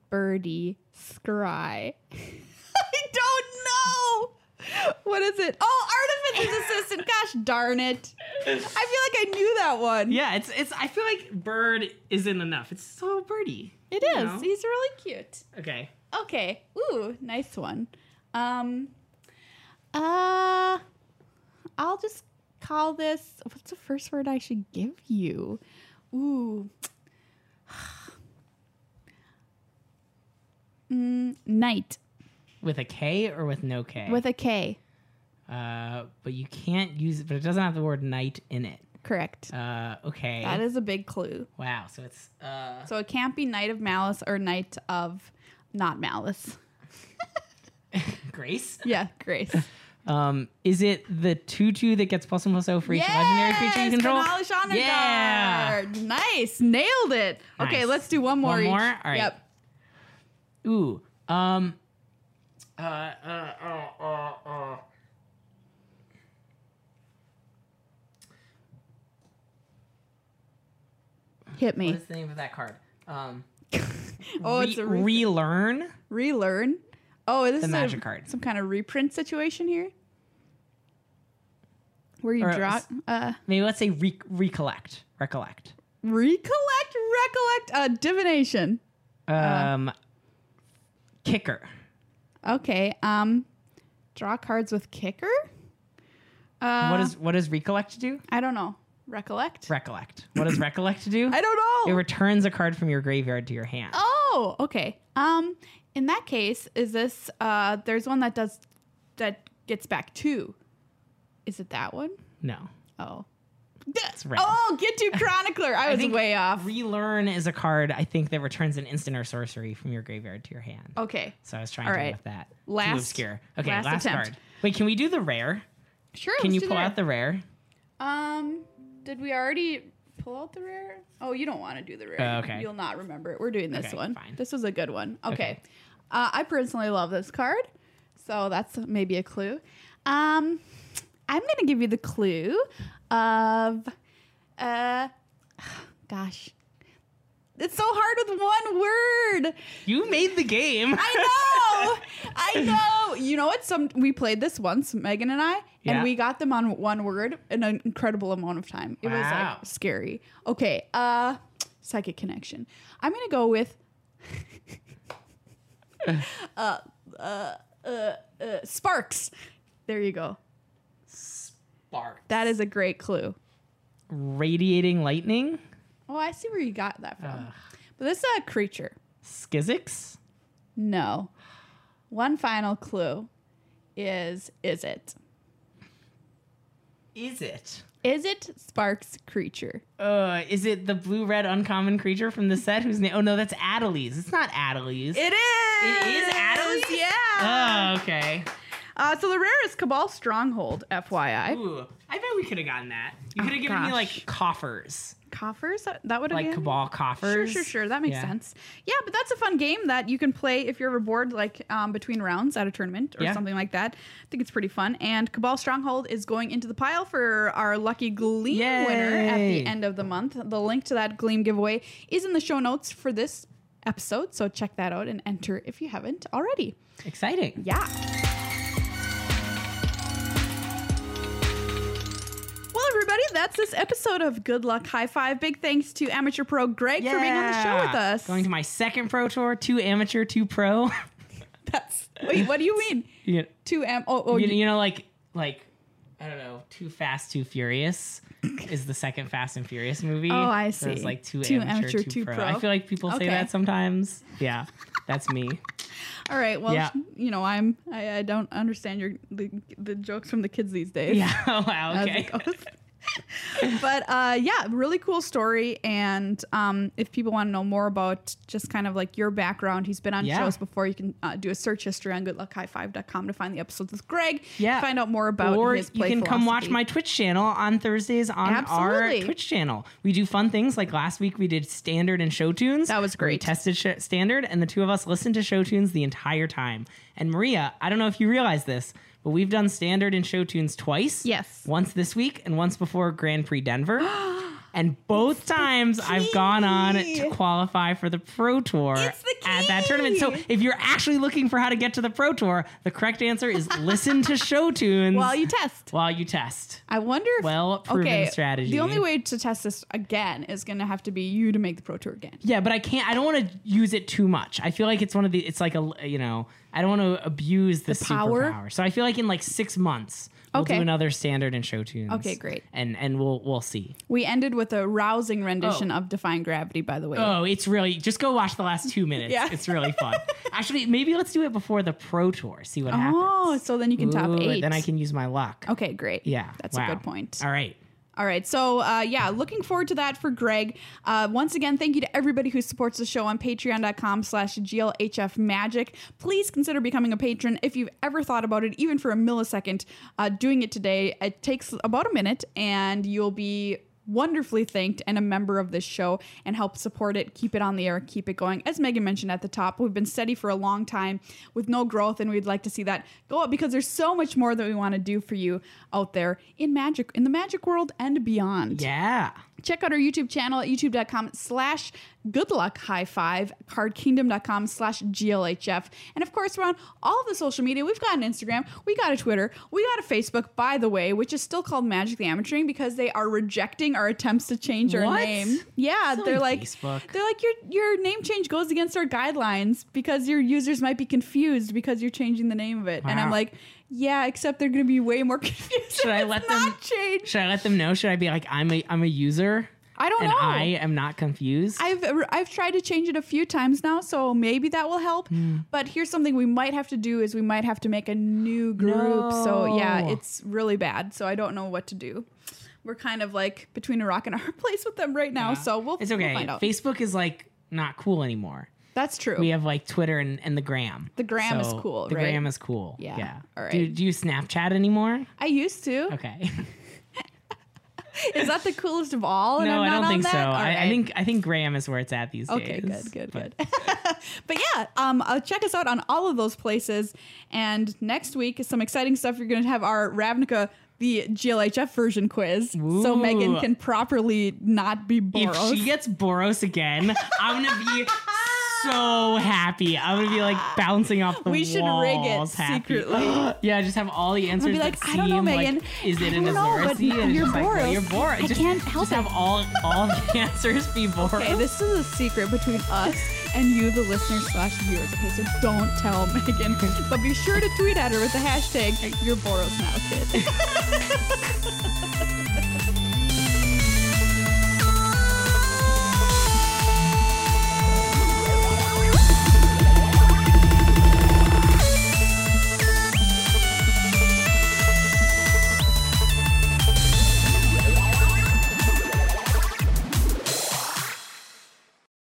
A: birdie scry. I don't know. What is it? Oh, artificer's assistant. Gosh darn it. I feel like I knew that one.
C: Yeah, it's it's. I feel like bird isn't enough. It's so birdie.
A: It
C: You
A: is.
C: know?
A: He's really cute.
C: Okay.
A: Okay. Ooh, nice one. Um uh I'll just call this what's the first word I should give you? Ooh. mm, night
C: With a K or with no K?
A: with a K.
C: Uh, but you can't use it. But it doesn't have the word knight in it.
A: Correct.
C: Uh, okay.
A: that is a big clue.
C: wow. So it's uh,
A: So it can't be Knight of Malice or Knight of not Malice.
C: Grace.
A: Yeah, Grace.
C: Um, is it the tutu that gets plus one plus zero for each legendary creature you
A: Yes,
C: control?
A: Benali Shonda
C: Yeah.
A: Guard. Nice. Nailed it. Okay,
C: Nice.
A: let's do one more.
C: One
A: each.
C: more? All right.
A: Yep.
C: Ooh. Um. Uh. Uh. Uh. Uh. uh.
A: Hit
C: What
A: me.
C: is the name of that card? Um.
A: Oh,
C: re-
A: it's a re-
C: relearn.
A: relearn. Oh, this is a-
C: magic card.
A: Some kind of reprint situation here. Where you
C: Or
A: drop
C: s-
A: uh
C: Maybe let's say re- recollect. Recollect.
A: recollect, recollect, uh divination.
C: Um. kicker.
A: Okay. Um draw cards with kicker?
C: what
A: Uh.
C: does what does recollect do?
A: I don't know. Recollect?
C: Recollect. What does recollect do?
A: I don't
C: It
A: know.
C: returns a card from your graveyard to your hand.
A: Oh, okay. Um, in that case, is this uh? There's one that does that gets back two. Is it that one?
C: No.
A: Oh, that's
C: red.
A: Oh, get to chronicler. I was
C: think
A: way off.
C: Relearn is a card I think that returns an instant or sorcery from your graveyard to your hand.
A: Okay,
C: So I was trying
A: Oh. All
C: to
A: right.
C: lift that.
A: Last-
C: Too obscure. Okay,
A: last
C: last,
A: attempt.
C: card. Wait, can we do the rare?
A: sure.
C: Can
A: let's
C: you
A: do
C: pull
A: the
C: out the rare?
A: rare. Um, did we already pull out the rare? Oh, you don't want to do the rare.
C: Uh, okay.
A: You'll not remember it. We're doing this
C: Okay,
A: one.
C: fine.
A: This was a good one. Okay.
C: Okay.
A: Uh, I personally love this card, so that's maybe a clue. Um, I'm gonna give you the clue of, uh, gosh, it's so hard with one word.
C: You made the game.
A: I know, I know. You know what? Some we played this once, Megan and I, and
C: Yeah.
A: we got them on one word in an incredible amount of time. It was
C: Wow.
A: like scary. Okay, uh, psychic connection. I'm gonna go with. uh, uh, uh, Sparks. There you go.
C: Bark.
A: That is a great clue.
C: Radiating lightning.
A: Oh, I see where you got that from. But this is a creature.
C: Skizix.
A: No. One final clue is is it?
C: Is it?
A: Is it Sparks creature?
C: Uh, is it the blue red uncommon creature from the set? Whose name? Oh no, that's Adelise. It's not Adelise.
A: It is.
C: It is Adelise?
A: Yeah.
C: oh, okay.
A: Uh, so the rare is Cabal Stronghold, FYI.
C: Ooh, I bet we could have gotten that. You could have
A: Oh,
C: given me
A: gosh.
C: like coffers,
A: Coffers? That- That would have
C: like
A: been.
C: cabal
A: Sure,
C: coffers.
A: sure, sure. That makes
C: Yeah.
A: sense. Yeah, but that's a fun game that you can play if you're ever bored, like um, between rounds at a tournament or
C: Yeah.
A: something like that. I think it's pretty fun. And Cabal Stronghold is going into the pile for our lucky Gleam winner at
C: Yay.
A: the end of the month. The link to that Gleam giveaway is in the show notes for this episode, so check that out and enter if you haven't already.
C: Exciting.
A: Yeah. Well, everybody, that's this episode of Good Luck High Five. Big thanks to Amateur Pro Greg for being on the show with
C: Yeah.
A: us.
C: Going to my second pro tour, two amateur, two pro.
A: that's wait, what do you mean?
C: you,
A: Two am oh, oh
C: you,
A: you-
C: you know, like like I don't know, too fast, too furious is the second Fast and Furious movie.
A: Oh, I
C: So It's
A: see.
C: like two,
A: Two
C: amateur,
A: amateur,
C: two,
A: two
C: pro.
A: pro.
C: I feel like people
A: Okay.
C: say that sometimes. Yeah, that's me.
A: all right. Well,
C: Yeah.
A: you know, I'm I, I don't understand your the, the jokes from the kids these days.
C: Yeah. Oh, wow.
A: as
C: Okay.
A: it goes. but uh, yeah, really cool story. And um, if people want to know more about just kind of like your background, he's been on
C: Yeah.
A: shows before. You can uh, do a search history on goodluckhighfive.com to find the episodes with Greg.
C: Yeah.
A: Find out more about
C: or
A: his
C: you
A: play
C: can come watch
A: philosophy.
C: my Twitch channel on Thursdays on
A: Absolutely.
C: our Twitch channel. We do fun things like last week we did standard and show tunes.
A: That was
C: where We
A: great.
C: tested sh- standard, and the two of us listened to show tunes the entire time. And Maria, I don't know if you realize this, but we've done standard and show tunes twice.
A: Yes.
C: once this week and once before Grand Prix Denver. And both times I've gone on to qualify for the Pro Tour
A: It's the
C: at that tournament. So
A: key.
C: if you're actually looking for how to get to the Pro Tour, the correct answer is listen to show tunes
A: while you test.
C: while you test.
A: I wonder if
C: Well-proven
A: okay,
C: strategy.
A: The only way to test this again is going to have to be you to make the pro tour again.
C: Yeah, but I can't. I don't want to use it too much. I feel like it's one of the. It's like a. You know, I don't want to abuse the,
A: power?
C: superpower. So I feel like in like six months we'll
A: Okay.
C: do another standard and show tunes.
A: Okay, great.
C: And and we'll we'll see.
A: We ended with a rousing rendition
C: Oh.
A: of Define Gravity, by the way.
C: Oh, it's really just go watch the last two minutes.
A: Yeah.
C: it's really fun. Actually, maybe let's do it before the pro tour. See what happens.
A: Oh, so then you can top
C: Ooh,
A: eight.
C: Then I can use my luck.
A: Okay, great.
C: Yeah,
A: That's
C: wow.
A: a good point.
C: All right.
A: All right. So, uh, yeah, looking forward to that for Greg. Uh, once again, thank you to everybody who supports the show on patreon.com slash glhf magic. Please consider becoming a patron if you've ever thought about it, even for a millisecond. Uh, doing it today, it takes about a minute and you'll be wonderfully thanked and a member of this show and help support it, keep it on the air, keep it going. As Megan mentioned at the top, we've been steady for a long time with no growth, and we'd like to see that go up because there's so much more that we want to do for you out there in magic, in the magic world and beyond.
C: Yeah.
A: Check out our YouTube channel at youtube.com slash good luck high five, cardkingdom.com slash glhf. And of course, we're on all the social media. We've got an Instagram, we got a Twitter, we got a Facebook, by the way, which is still called Magic the Amateuring because they are rejecting our attempts to change our
C: What?
A: name. Yeah,
C: Still
A: they're
C: on
A: like,
C: Facebook.
A: they're like, your, your name change goes against our guidelines because your users might be confused because you're changing the name of it. And I'm
C: Wow.
A: like, yeah, except they're going to be way more confused.
C: Should I
A: if it's
C: let them-
A: not change?
C: Should I let them know? Should I be like, I'm a I'm a user?
A: I don't
C: and
A: know.
C: I am not confused.
A: I've I've tried to change it a few times now, so maybe that will help.
C: Hmm.
A: But here's something we might have to do is we might have to make a new group. So yeah,
C: No.
A: it's really bad. So I don't know what to do. We're kind of like between a rock and a hard place with them right now. So we'll
C: it's
A: we'll
C: okay.
A: find out.
C: Facebook is like not cool anymore.
A: That's true.
C: We have like Twitter and, and the gram.
A: The gram is cool,
C: The
A: right?
C: gram is cool.
A: Yeah.
C: Yeah.
A: All right.
C: Do, do you Snapchat anymore?
A: I used to.
C: Okay.
A: Is that the coolest of all? And
C: no,
A: I'm
C: I
A: not
C: don't
A: on
C: think
A: that?
C: so.
A: All
C: I, I
A: right.
C: think I think gram is where it's at these
A: Okay,
C: days.
A: good, good,
C: But-
A: good. but yeah, um, uh, check us out on all of those places. And next week is some exciting stuff. You're going to have our Ravnica, the GLHF version quiz, so
C: Ooh.
A: Megan can properly not be
C: If
A: Boros.
C: she gets Boros again, I'm gonna be so happy. I'm gonna be like bouncing off the
A: we should rig it
C: walls happy.
A: secretly.
C: Yeah, just have all the answers.
A: be like,
C: that
A: I don't know,
C: seem like,
A: Megan.
C: is it
A: I
C: an
A: don't know, but
C: Azorasi? And it's
A: you're
C: just like, well,
A: Boros.
C: you're Boros.
A: I
C: Just,
A: can't help
C: just have all all the answers be Boros.
A: okay, this is a secret between us. and you, the listeners slash viewers. Okay, so don't tell Megan, but be sure to tweet at her with the hashtag Your Boros Now Kid.